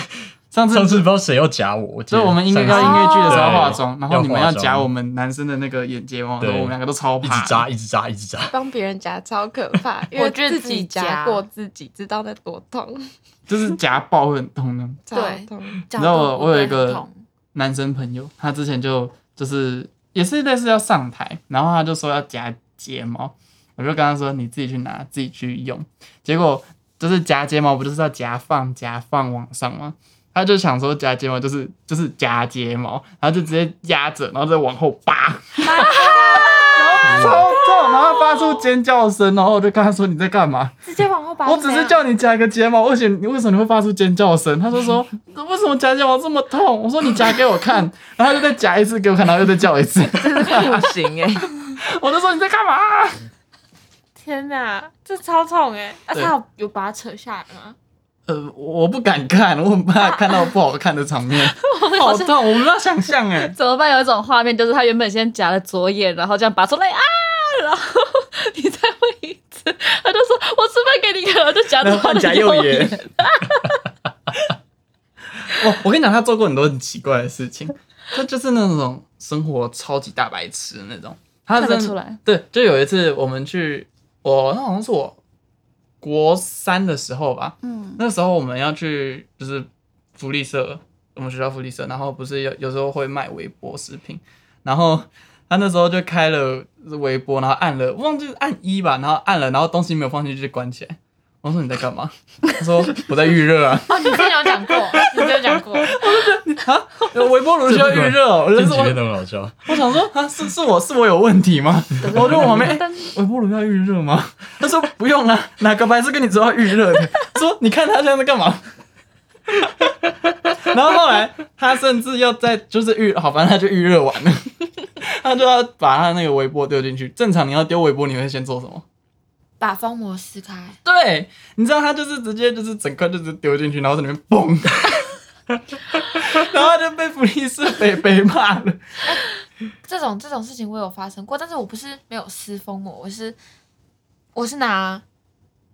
[SPEAKER 3] 上次
[SPEAKER 4] 上次不知道谁要夹我，我记
[SPEAKER 3] 就
[SPEAKER 4] 得
[SPEAKER 3] 是我们音乐要
[SPEAKER 4] 上次
[SPEAKER 3] 音乐剧的时候化
[SPEAKER 4] 对
[SPEAKER 3] 妆，然后你们
[SPEAKER 4] 要
[SPEAKER 3] 要
[SPEAKER 4] 化
[SPEAKER 3] 夹
[SPEAKER 4] 妆
[SPEAKER 3] 我们男生的那个眼睫毛的时候，
[SPEAKER 4] 对
[SPEAKER 3] 我们两个都超
[SPEAKER 4] 一
[SPEAKER 3] 怕，
[SPEAKER 4] 直扎，一直扎，一直扎。
[SPEAKER 5] 帮别人夹超可 怕，因
[SPEAKER 2] 我
[SPEAKER 5] 为
[SPEAKER 2] 觉得
[SPEAKER 5] 自
[SPEAKER 2] 自己
[SPEAKER 5] 己夹
[SPEAKER 2] 夹
[SPEAKER 5] 过自己，知道那多痛，
[SPEAKER 3] 就是夹爆会很痛的。
[SPEAKER 5] 超
[SPEAKER 2] 对
[SPEAKER 5] 痛。
[SPEAKER 2] 你
[SPEAKER 3] 知道我我有一个男生朋友，他之前就就是也是类似要上台，然后他就说要夹睫毛，我就跟他说你自己去拿，自己去用。结果就是夹睫毛不就是要夹放夹放往上吗？他就想说夹睫毛就是就是夹睫毛，然后就直接压着，然后再往后拔， 然后超痛，然后发出尖叫声，然后我就跟他说你在干嘛？
[SPEAKER 2] 直接往后拔。
[SPEAKER 3] 我只是叫你夹一个睫毛，而且你为什么你会发出尖叫声？他就 说为什么夹睫毛这么痛？我说你夹给我看， 然后他就再夹一次给我看，然后又再叫一次，
[SPEAKER 5] 不行哎、
[SPEAKER 3] 欸我就说你在干嘛？
[SPEAKER 2] 天哪，这超痛哎！啊，
[SPEAKER 3] 对
[SPEAKER 2] 他有有把它扯下来吗？
[SPEAKER 3] 呃，我不敢看，我很怕看到不好看的场面，好痛， 我没有想象哎。
[SPEAKER 1] 怎么办？有一种画面就是他原本先夹了左眼，然后这样拔出来啊，然后你再问一次，他就说我示范给你看，然后就夹
[SPEAKER 3] 那
[SPEAKER 1] 到
[SPEAKER 3] 换
[SPEAKER 1] 他
[SPEAKER 3] 夹
[SPEAKER 1] 的
[SPEAKER 3] 右
[SPEAKER 1] 眼。
[SPEAKER 3] 眼。我我跟你讲，他做过很多很奇怪的事情，他就是那种生活超级大白痴的那种。他
[SPEAKER 1] 看
[SPEAKER 3] 真
[SPEAKER 1] 得
[SPEAKER 3] 的
[SPEAKER 1] 出来，
[SPEAKER 3] 对，就有一次我们去，我那好像是我国三的时候吧，
[SPEAKER 1] 嗯，
[SPEAKER 3] 那时候我们要去就是福利社，我们学校福利社，然后不是有有时候会卖微波食品，然后他那时候就开了微波，然后按了忘记是按一吧，然后按了，然后东西没有放进去就关起来。我说你在干嘛？他说我在预热啊。
[SPEAKER 2] 哦，你之前有讲过，你之前有讲过，
[SPEAKER 3] 啊， 微波炉需要预热 哦。
[SPEAKER 4] 这
[SPEAKER 3] 人
[SPEAKER 4] 几
[SPEAKER 3] 怎么
[SPEAKER 4] 天都很好笑。
[SPEAKER 3] 我想说啊，是是我是我有问题 吗？我就往旁边，哎、微波炉要预热吗？ 他说不用啦，哪个白痴跟你说要预热的？说你看他现在在干嘛？ 然后后来他甚至要在就是预好，反正他就预热完了， 他就要把他那个微波丢进去。正常你要丢微波，你会先做什么？
[SPEAKER 2] 把封膜撕开，
[SPEAKER 3] 对，你知道他就是直接就是整颗就是丢进去，然后在里面嘣， 然后就 被福利斯北北骂了。
[SPEAKER 2] 这种这种事情我有发生过，但是我不是没有撕封膜，我是我是拿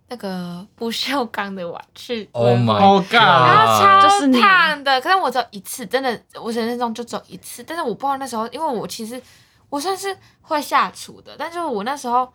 [SPEAKER 2] 那个不锈钢的碗去
[SPEAKER 4] Oh my
[SPEAKER 3] 好
[SPEAKER 4] god！
[SPEAKER 3] 尬啊
[SPEAKER 2] 然后超
[SPEAKER 1] 就是你
[SPEAKER 2] 烫的，可是我只有一次，真的，我人生中就只有一次。但是我不知道那时候，因为我其实我算是会下厨的，但是我那时候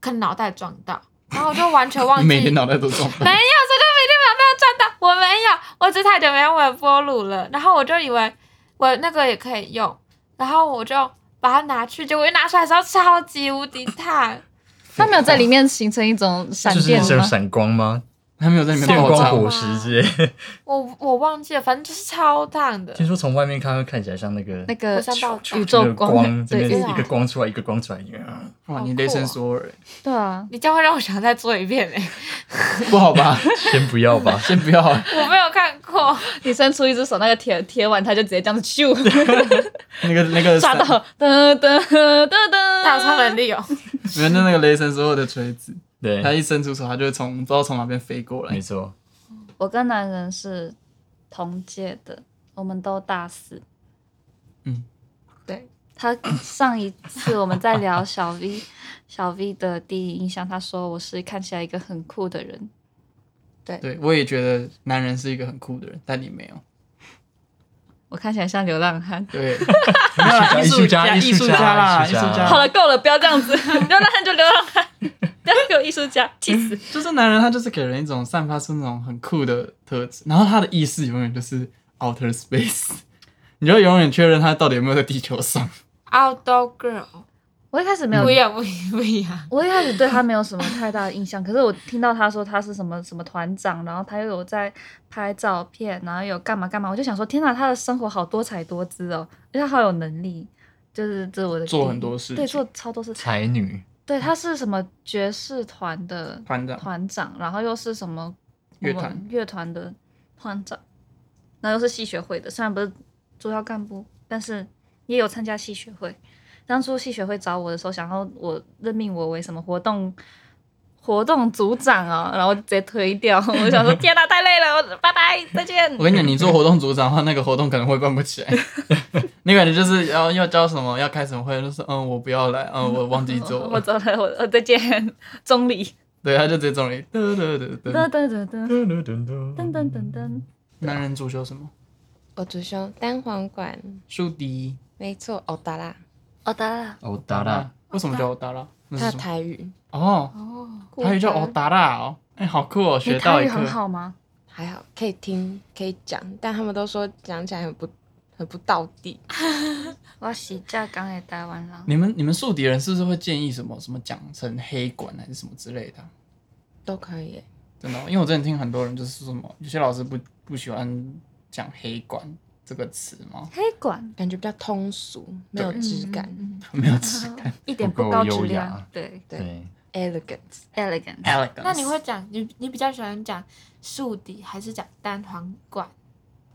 [SPEAKER 2] 可能脑袋撞到，然后我就完全 忘记，
[SPEAKER 3] 每天脑袋都撞。
[SPEAKER 2] 没有，所以就每天脑袋撞到，我没有，我只是太久没用微波炉了，然后我就以为我那个也可以用，然后我就把它拿去，结果一拿出来的时候超级无敌烫，
[SPEAKER 1] 他没有在里面形成一种闪
[SPEAKER 4] 就是
[SPEAKER 1] 电
[SPEAKER 4] 是有
[SPEAKER 1] 吗？
[SPEAKER 4] 闪光吗？
[SPEAKER 3] 他没有在里面
[SPEAKER 4] 电
[SPEAKER 3] 爆炸
[SPEAKER 4] 光
[SPEAKER 3] 吗，
[SPEAKER 4] 火石之类。
[SPEAKER 2] 我我忘记了，反正就是超烫的。
[SPEAKER 4] 听说从外面看会看起来像那个
[SPEAKER 1] 那个
[SPEAKER 2] 火山爆炸
[SPEAKER 1] 宇
[SPEAKER 4] 那
[SPEAKER 1] 宙
[SPEAKER 4] 个光，这
[SPEAKER 1] 对
[SPEAKER 4] 边
[SPEAKER 1] 宇
[SPEAKER 2] 对
[SPEAKER 4] 一个光出来，一个光出来。嗯
[SPEAKER 3] 哇，
[SPEAKER 2] 好
[SPEAKER 3] 你
[SPEAKER 2] 酷
[SPEAKER 3] 雷神
[SPEAKER 2] 哦
[SPEAKER 3] 索尔，
[SPEAKER 1] 对啊，
[SPEAKER 2] 你这样会让我想再做一遍嘞、
[SPEAKER 3] 不好吧？，
[SPEAKER 4] 先不要吧
[SPEAKER 3] 先不要，
[SPEAKER 2] 我没有看过，
[SPEAKER 1] 你伸出一只手，那个铁铁碗它就直接这样子 咻
[SPEAKER 3] 那个那个
[SPEAKER 1] 抓到，噔噔噔噔，
[SPEAKER 2] 大超能力哦。
[SPEAKER 3] 原来那个雷神索尔的锤子，
[SPEAKER 4] 对
[SPEAKER 3] 他，一伸出手，他就会从不知道从哪边飞过来
[SPEAKER 4] 没。错。
[SPEAKER 1] 我跟男人是同届的，我们都大四。
[SPEAKER 3] 嗯，
[SPEAKER 1] 对他上一次我们在聊小 V，小 V 的第一印象，他说我是看起来一个很酷的人。
[SPEAKER 3] 对，我也觉得男人是一个很酷的人，但你没有。
[SPEAKER 1] 我看起来像流浪汉。
[SPEAKER 3] 对，没有啦
[SPEAKER 4] 艺术家
[SPEAKER 3] 啊艺
[SPEAKER 4] 艺
[SPEAKER 3] 术
[SPEAKER 4] 术家
[SPEAKER 3] 家啦，
[SPEAKER 4] 艺
[SPEAKER 3] 艺
[SPEAKER 4] 术家
[SPEAKER 3] 术家。
[SPEAKER 1] 好了，够了，不要这样子， 流浪汉就流浪汉，不要给我艺术家，气死！
[SPEAKER 3] 就是男人，他就是给人一种散发出那种很酷的特质，然后他的意识永远就是 outer space，你就永远确认他到底有没有在地球上。
[SPEAKER 2] Outdoor girl，
[SPEAKER 1] 我一开始没有
[SPEAKER 2] 不一样，不一样，不一样。
[SPEAKER 1] 我一开始对他没有什么太大的印象，可是我听到他说他是什么什么团长，然后他又有在拍照片，然后有干嘛干嘛，我就想说天哪，他的生活好多彩多姿哦，而且他好有能力，就是这是我的
[SPEAKER 3] 做
[SPEAKER 1] 第一
[SPEAKER 3] 很多事
[SPEAKER 1] 对，
[SPEAKER 3] 情
[SPEAKER 1] 做超多事，
[SPEAKER 4] 才女，
[SPEAKER 1] 对，他是什么爵士团的
[SPEAKER 3] 团长
[SPEAKER 1] 团长，然后又是什么
[SPEAKER 3] 乐团
[SPEAKER 1] 我们乐团的团长，然后又是戏学会的，虽然不是主要干部，但是也有参加戏学会。当初戏学会找我的时候，想要我任命我为什么活动活动组长啊， 然后直接推掉。 我想说，天哪，太累了，我拜拜，再见
[SPEAKER 3] 我。跟你讲，你做活动组长的话，那个活动可能会办不起来。 你感觉就是要要教什么，要开什么会，就是嗯，我不要来，嗯，我忘记做
[SPEAKER 1] 我
[SPEAKER 3] 了。
[SPEAKER 1] 走了，我我再见， 钟离。
[SPEAKER 3] 对，他就直接中了一噔
[SPEAKER 1] 噔噔噔
[SPEAKER 3] 噔噔噔。
[SPEAKER 1] 噔
[SPEAKER 4] 噔噔
[SPEAKER 1] 噔噔噔噔，
[SPEAKER 3] 男人主修什么？
[SPEAKER 5] 我主修单簧管，
[SPEAKER 3] 竖笛。
[SPEAKER 5] 没错，欧达拉，
[SPEAKER 1] 哦，达啦，
[SPEAKER 4] 哦，达拉，。
[SPEAKER 3] 啊为什么叫欧达拉？那
[SPEAKER 5] 他
[SPEAKER 3] 是
[SPEAKER 5] 的
[SPEAKER 3] 什么？
[SPEAKER 5] 台语
[SPEAKER 3] 哦，
[SPEAKER 2] 哦，
[SPEAKER 3] 台语叫欧达拉哦。哎，好酷哦，
[SPEAKER 1] 你
[SPEAKER 3] 学到
[SPEAKER 1] 台
[SPEAKER 3] 一
[SPEAKER 1] 语
[SPEAKER 3] 课。
[SPEAKER 1] 很好吗？
[SPEAKER 5] 还好，可以听，可以讲，但他们都说讲起来很不很不到地。
[SPEAKER 1] 我是浙江的台湾人，
[SPEAKER 3] 你们你们宿敌人是不是会建议什么什么讲成黑管还是什么之类的啊、
[SPEAKER 5] 都可以耶，
[SPEAKER 3] 真的哦、因为我之前听很多人就是什么，有些老师不不喜欢讲黑管这个词嘛，
[SPEAKER 1] 黑管
[SPEAKER 5] 感觉比较通俗，没有质感、
[SPEAKER 2] 嗯嗯嗯
[SPEAKER 3] 没有质感。
[SPEAKER 1] 一点
[SPEAKER 4] 不够
[SPEAKER 1] 不高质
[SPEAKER 4] 优
[SPEAKER 1] 量
[SPEAKER 4] 雅，
[SPEAKER 1] 对
[SPEAKER 4] 对，
[SPEAKER 5] e l e g a n t
[SPEAKER 1] ，elegant。
[SPEAKER 3] elegance
[SPEAKER 2] 那你会讲你你比较喜欢讲竖笛还是讲单簧管？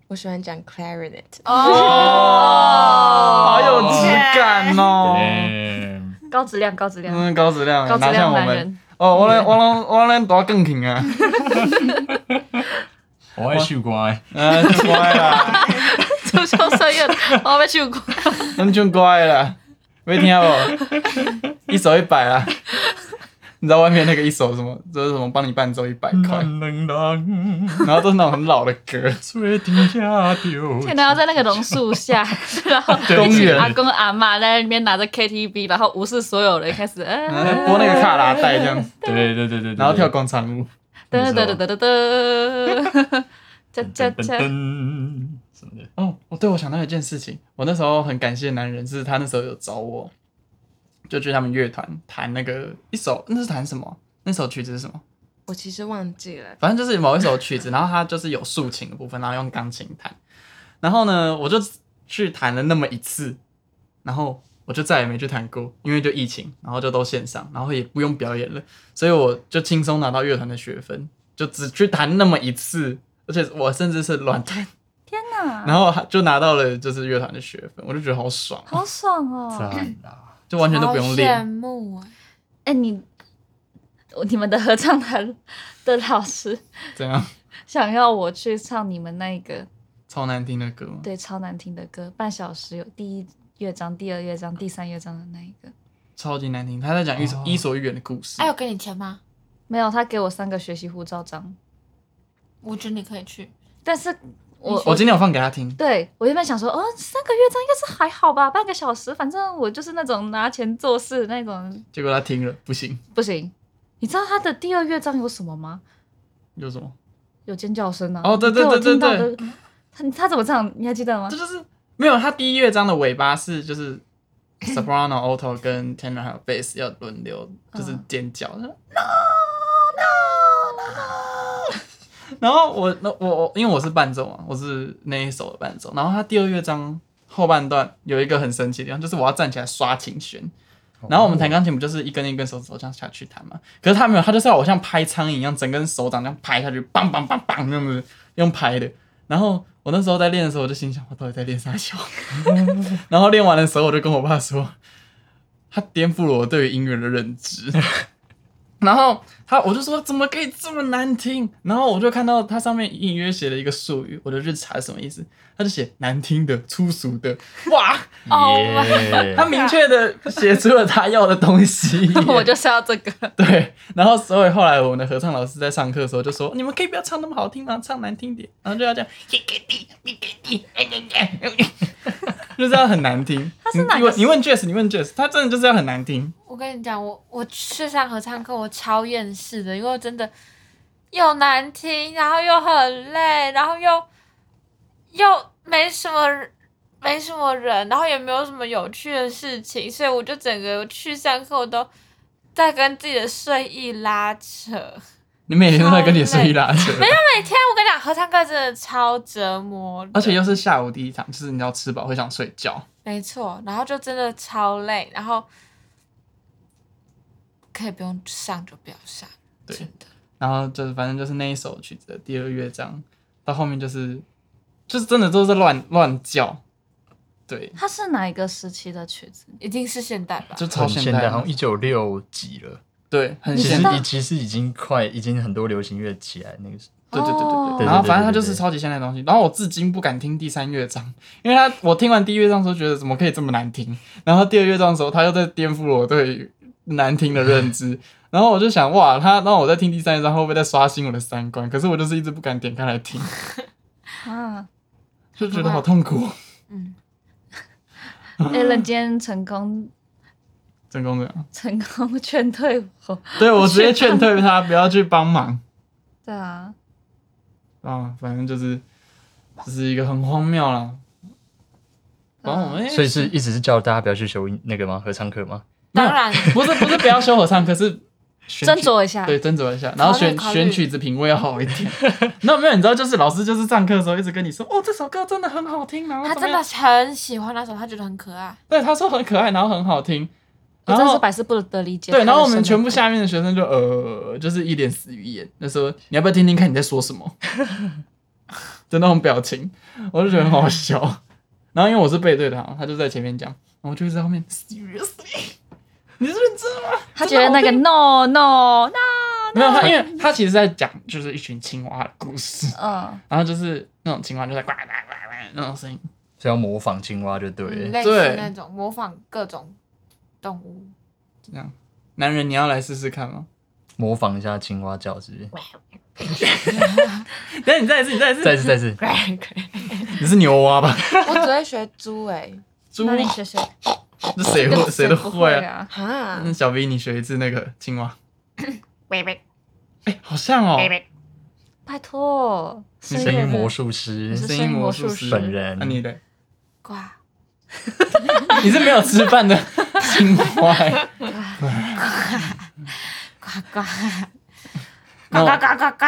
[SPEAKER 5] 我喜欢讲 clarinet，
[SPEAKER 3] 哦，好有质感哦。
[SPEAKER 4] Damn
[SPEAKER 1] 高质量，高质量，
[SPEAKER 3] 嗯，高质量，
[SPEAKER 1] 高质
[SPEAKER 3] 哪像
[SPEAKER 1] 量
[SPEAKER 3] 我
[SPEAKER 1] 男
[SPEAKER 3] 们
[SPEAKER 1] 人。
[SPEAKER 3] 哦，我来我来我来多更挺啊，
[SPEAKER 4] 我爱秀乖，
[SPEAKER 3] 嗯，乖啦，
[SPEAKER 1] 出修岁 月，我要被去过。
[SPEAKER 3] 很就乖啦，没听到不？一手一百啦，你知道外面那个一手什么，就是什么帮你伴奏一百块，
[SPEAKER 4] 暖冷 人，
[SPEAKER 3] 然后都是那种很老的歌。
[SPEAKER 4] 最底下丢。
[SPEAKER 1] 天哪，要在那个榕树下，然后
[SPEAKER 3] 公园
[SPEAKER 1] 阿公阿妈在那边拿着 KTV，然后无视所有人，开始
[SPEAKER 3] 然
[SPEAKER 4] 嗯
[SPEAKER 1] 呃，
[SPEAKER 3] 后播那个卡拉带这样，
[SPEAKER 4] 对对对对对，
[SPEAKER 3] 然后跳广场舞，
[SPEAKER 1] 噔噔噔噔噔噔，加加
[SPEAKER 4] 噔噔
[SPEAKER 1] 加，
[SPEAKER 4] 噔什么的，
[SPEAKER 3] 哦，哦，对，我想到一件事情，我那时候很感谢男人，是他那时候有找我，就去他们乐团弹那个一首，那是弹什么啊？那首曲子是什么？
[SPEAKER 5] 我其实忘记了，
[SPEAKER 3] 反正就是某一首曲子，然后它就是有竖琴的部分，然后用钢琴弹。然后呢，我就去弹了那么一次，然后我就再也没去弹过，因为就疫情，然后就都线上，然后也不用表演了，所以我就轻松拿到乐团的学分，就只去弹那么一次，而且我甚至是乱弹，
[SPEAKER 1] 天哪，
[SPEAKER 3] 然后就拿到了就是乐团的学分，我就觉得好爽，
[SPEAKER 1] 好爽哦！
[SPEAKER 4] 赞啊！
[SPEAKER 3] 就完全都不用
[SPEAKER 2] 好羡
[SPEAKER 3] 练。
[SPEAKER 2] 慕哎
[SPEAKER 1] 哎，你我你们的合唱团的老师
[SPEAKER 3] 怎样？
[SPEAKER 1] 想要我去唱你们那个
[SPEAKER 3] 超难听的歌吗？
[SPEAKER 1] 对超难听的歌，半小时有第一乐章、第二乐章、第三乐章的那一个。
[SPEAKER 3] 超级难听。他在讲一首《
[SPEAKER 4] 哦
[SPEAKER 3] 伊索寓言》的故事。
[SPEAKER 2] 哎，有给你钱吗？
[SPEAKER 1] 没有，他给我三个学习护照章，
[SPEAKER 2] 我觉得你可以去，
[SPEAKER 1] 但是我
[SPEAKER 3] 我今天有放给他听，
[SPEAKER 1] 对我原本想说，哦，三个乐章应该是还好吧，半个小时，反正我就是那种拿钱做事的那种，
[SPEAKER 3] 结果他听了不行，
[SPEAKER 1] 不行。你知道他的第二乐章有什么吗？
[SPEAKER 3] 有什么？
[SPEAKER 1] 有尖叫声啊！
[SPEAKER 3] 哦对对
[SPEAKER 1] 你给我
[SPEAKER 3] 对对
[SPEAKER 1] 听到
[SPEAKER 3] 对
[SPEAKER 1] 的。他他怎么唱？你还记得吗
[SPEAKER 3] 这？就是没有他第一乐章的尾巴是就是 soprano、alto 跟 tenor 还有 bass 要轮流就是尖叫。No no no！然后我那我我因为我是伴奏嘛，我是那一首的伴奏。然后他第二乐章后半段有一个很神奇的地方，就是我要站起来刷琴弦。然后我们弹钢琴不就是一根一根手指头这样下去弹嘛？可是他没有，他就是要我像拍苍蝇一样，整根手掌这样拍下去，梆梆梆梆那样子用拍的。然后我那时候在练的时候，我就心想，我到底在练啥小？然后练完的时候，我就跟我爸说，他颠覆了我对于音乐的认知。 然后他我就说怎么可以这么难听？然后我就看到他上面隐约写了一个术语，我就去查什么意思，他就写难听的、粗俗的，哇，
[SPEAKER 1] 哦。
[SPEAKER 4] 耶
[SPEAKER 3] 他明确的写出了他要的东西
[SPEAKER 1] 我就是要这个。
[SPEAKER 3] 对，然后所以后来我们的合唱老师在上课的时候就说：“你们可以不要唱那么好听吗？唱难听点。”然后就要这样，哎 就是要很难听。
[SPEAKER 1] 他是哪个
[SPEAKER 3] 你问你问 Jess，你问 Jess，他真的就是要很难听。
[SPEAKER 2] 我跟你讲，我我去上合唱课，我超厌世的，因为我真的又难听，然后又很累，然后又又没什么没什么人，然后也没有什么有趣的事情，所以我就整个去上课我都在跟自己的睡意拉扯。
[SPEAKER 3] 你每天都在跟你睡衣拉扯，
[SPEAKER 2] 每天我跟你讲，合唱课真的超折磨的，
[SPEAKER 3] 而且又是下午第一堂，就是你要吃饱会想睡觉。
[SPEAKER 2] 没错，然后就真的超累，然后可以不用上就不要上，
[SPEAKER 3] 对
[SPEAKER 2] 真的。
[SPEAKER 3] 然后就是反正就是那一首曲子的第二乐章，到后面就是就是真的都是乱乱叫，对，
[SPEAKER 1] 他是哪一个时期的曲子？
[SPEAKER 2] 一定是现代吧？
[SPEAKER 3] 就超
[SPEAKER 4] 很
[SPEAKER 3] 现
[SPEAKER 4] 现代，
[SPEAKER 3] 代
[SPEAKER 4] 好
[SPEAKER 3] 嘛
[SPEAKER 4] 像，一九六几了。
[SPEAKER 3] 对，很
[SPEAKER 1] 你
[SPEAKER 4] 其
[SPEAKER 1] 知
[SPEAKER 4] 实
[SPEAKER 3] 现代
[SPEAKER 1] 道。
[SPEAKER 4] 已其实已经快，已经很多流行乐起来那个时候。
[SPEAKER 3] 对对对对
[SPEAKER 1] 哦
[SPEAKER 3] 对，然后反正它
[SPEAKER 4] 对
[SPEAKER 3] 就
[SPEAKER 4] 对对对
[SPEAKER 3] 是超级现代的东西。然后我至今不敢听第三乐章，因为它我听完第一乐章的时候觉得怎么可以这么难听，然后第二乐章的时候它又在颠覆了我对于难听的认知。然后我就想，哇，他让我在听第三乐章会不会在刷新我的三观？可是我就是一直不敢点开来听，
[SPEAKER 1] 啊
[SPEAKER 3] 就觉得好痛苦。哦
[SPEAKER 2] 嗯，
[SPEAKER 1] ，Allen 今天成功
[SPEAKER 3] 成功这样，
[SPEAKER 1] 成功劝退我。
[SPEAKER 3] 对我直接劝退他不要去帮忙
[SPEAKER 1] 对啊，
[SPEAKER 3] 啊，反正就是就是一个很荒谬啦。然后我们、
[SPEAKER 4] 所以是一直是叫大家不要去修音那个吗？合唱课吗？
[SPEAKER 3] 没有
[SPEAKER 2] 当然，
[SPEAKER 3] 不是不是不要修合唱，可是选
[SPEAKER 1] 斟
[SPEAKER 3] 曲
[SPEAKER 1] 酌一下。
[SPEAKER 3] 对，斟酌一下，然后
[SPEAKER 2] 考虑
[SPEAKER 3] 选
[SPEAKER 2] 考虑
[SPEAKER 3] 选曲子品味要好一点。 那没有，你知道，就是老师就是上课的时候一直跟你说，哦，这首歌真的很好听，然后
[SPEAKER 2] 他
[SPEAKER 3] 怎么
[SPEAKER 2] 真的
[SPEAKER 3] 样？
[SPEAKER 2] 很喜欢那首，他觉得很可爱。
[SPEAKER 3] 对，他说很可爱，然后很好听，
[SPEAKER 1] 我
[SPEAKER 3] 然
[SPEAKER 1] 真的是
[SPEAKER 3] 后
[SPEAKER 1] 百思不得理解。
[SPEAKER 3] 对，然后我们全部，下面的学生就呃，就是一脸死鱼眼，就说你要不要听听看你在说什么 的那种表情，我就觉得很好笑。 然后因为我是背对他，他就在前面讲，然后我就一直在后面 seriously，你是认真吗？
[SPEAKER 1] 他觉得那个 no no no，
[SPEAKER 3] 没有他，因为他其实在讲就是一群青蛙的故事。
[SPEAKER 1] 嗯，
[SPEAKER 3] 然后就是那种青蛙就在呱呱呱呱那种声音，
[SPEAKER 4] 是要模仿青蛙就对
[SPEAKER 2] 嗯
[SPEAKER 4] 了。
[SPEAKER 2] 类似
[SPEAKER 3] 对
[SPEAKER 2] 那种模仿各种动物。
[SPEAKER 3] 这样。男人，你要来试试看吗？
[SPEAKER 4] 模仿一下青蛙叫是不是？
[SPEAKER 3] 等一下你再一次，你再一次，
[SPEAKER 4] 再次 再次，
[SPEAKER 3] 你是牛蛙吧？
[SPEAKER 5] 我只 会学猪哎、
[SPEAKER 3] 猪，
[SPEAKER 1] 那你学学，
[SPEAKER 3] 这谁
[SPEAKER 1] 这
[SPEAKER 3] 会
[SPEAKER 1] 个
[SPEAKER 3] 谁都
[SPEAKER 1] 不会
[SPEAKER 3] 会啊。
[SPEAKER 1] 啊。
[SPEAKER 5] 哈
[SPEAKER 3] 那，小 V，你学一次那个青蛙，
[SPEAKER 6] baby
[SPEAKER 3] 哎，好像哦。
[SPEAKER 6] baby
[SPEAKER 1] 拜托，
[SPEAKER 3] 你
[SPEAKER 1] 声
[SPEAKER 4] 声音
[SPEAKER 1] 乐
[SPEAKER 4] 魔
[SPEAKER 1] 的
[SPEAKER 4] 术师
[SPEAKER 1] 你是
[SPEAKER 3] 声音魔术
[SPEAKER 1] 声
[SPEAKER 3] 师
[SPEAKER 1] 音魔术师
[SPEAKER 4] 本人
[SPEAKER 3] 那你的，
[SPEAKER 2] 哇，
[SPEAKER 3] 你是没有吃饭的 青蛙欸。
[SPEAKER 2] 呱呱
[SPEAKER 3] 那
[SPEAKER 2] 呱
[SPEAKER 3] 我
[SPEAKER 2] 呱呱呱！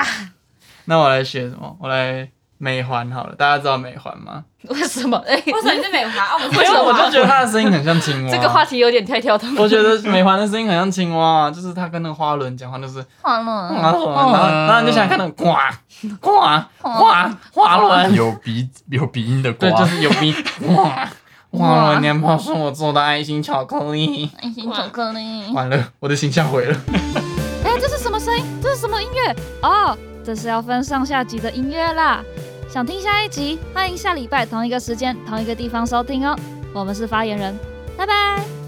[SPEAKER 3] 那我来学什么？我来美环好了，大家知道美环吗？
[SPEAKER 1] 为什么？哎、
[SPEAKER 2] 为什么你是美华？啊，我
[SPEAKER 3] 没
[SPEAKER 2] 们
[SPEAKER 3] 有，我就觉
[SPEAKER 2] 得
[SPEAKER 3] 得他的声音很像青蛙。
[SPEAKER 1] 这个话，题有点太跳动。
[SPEAKER 3] 我觉得美环的声音很像青蛙，就是他跟那个花轮讲话，就是
[SPEAKER 1] 完
[SPEAKER 3] 嗯
[SPEAKER 1] 了，
[SPEAKER 3] 然后然后你就想看那呱呱呱花
[SPEAKER 1] 啊
[SPEAKER 3] 轮，
[SPEAKER 4] 有鼻有鼻音的瓜
[SPEAKER 3] 对，，就是有鼻哇。花轮年糕是我做的爱心巧克力。
[SPEAKER 1] 爱心巧克力。
[SPEAKER 3] 完了，我的形象毁了。
[SPEAKER 1] 哎、这是什么声音？这是什么音乐？哦，这是要分上下集的音乐啦。想听下一集，欢迎下礼拜同一个时间、同一个地方收听哦。我们是发言人，拜拜。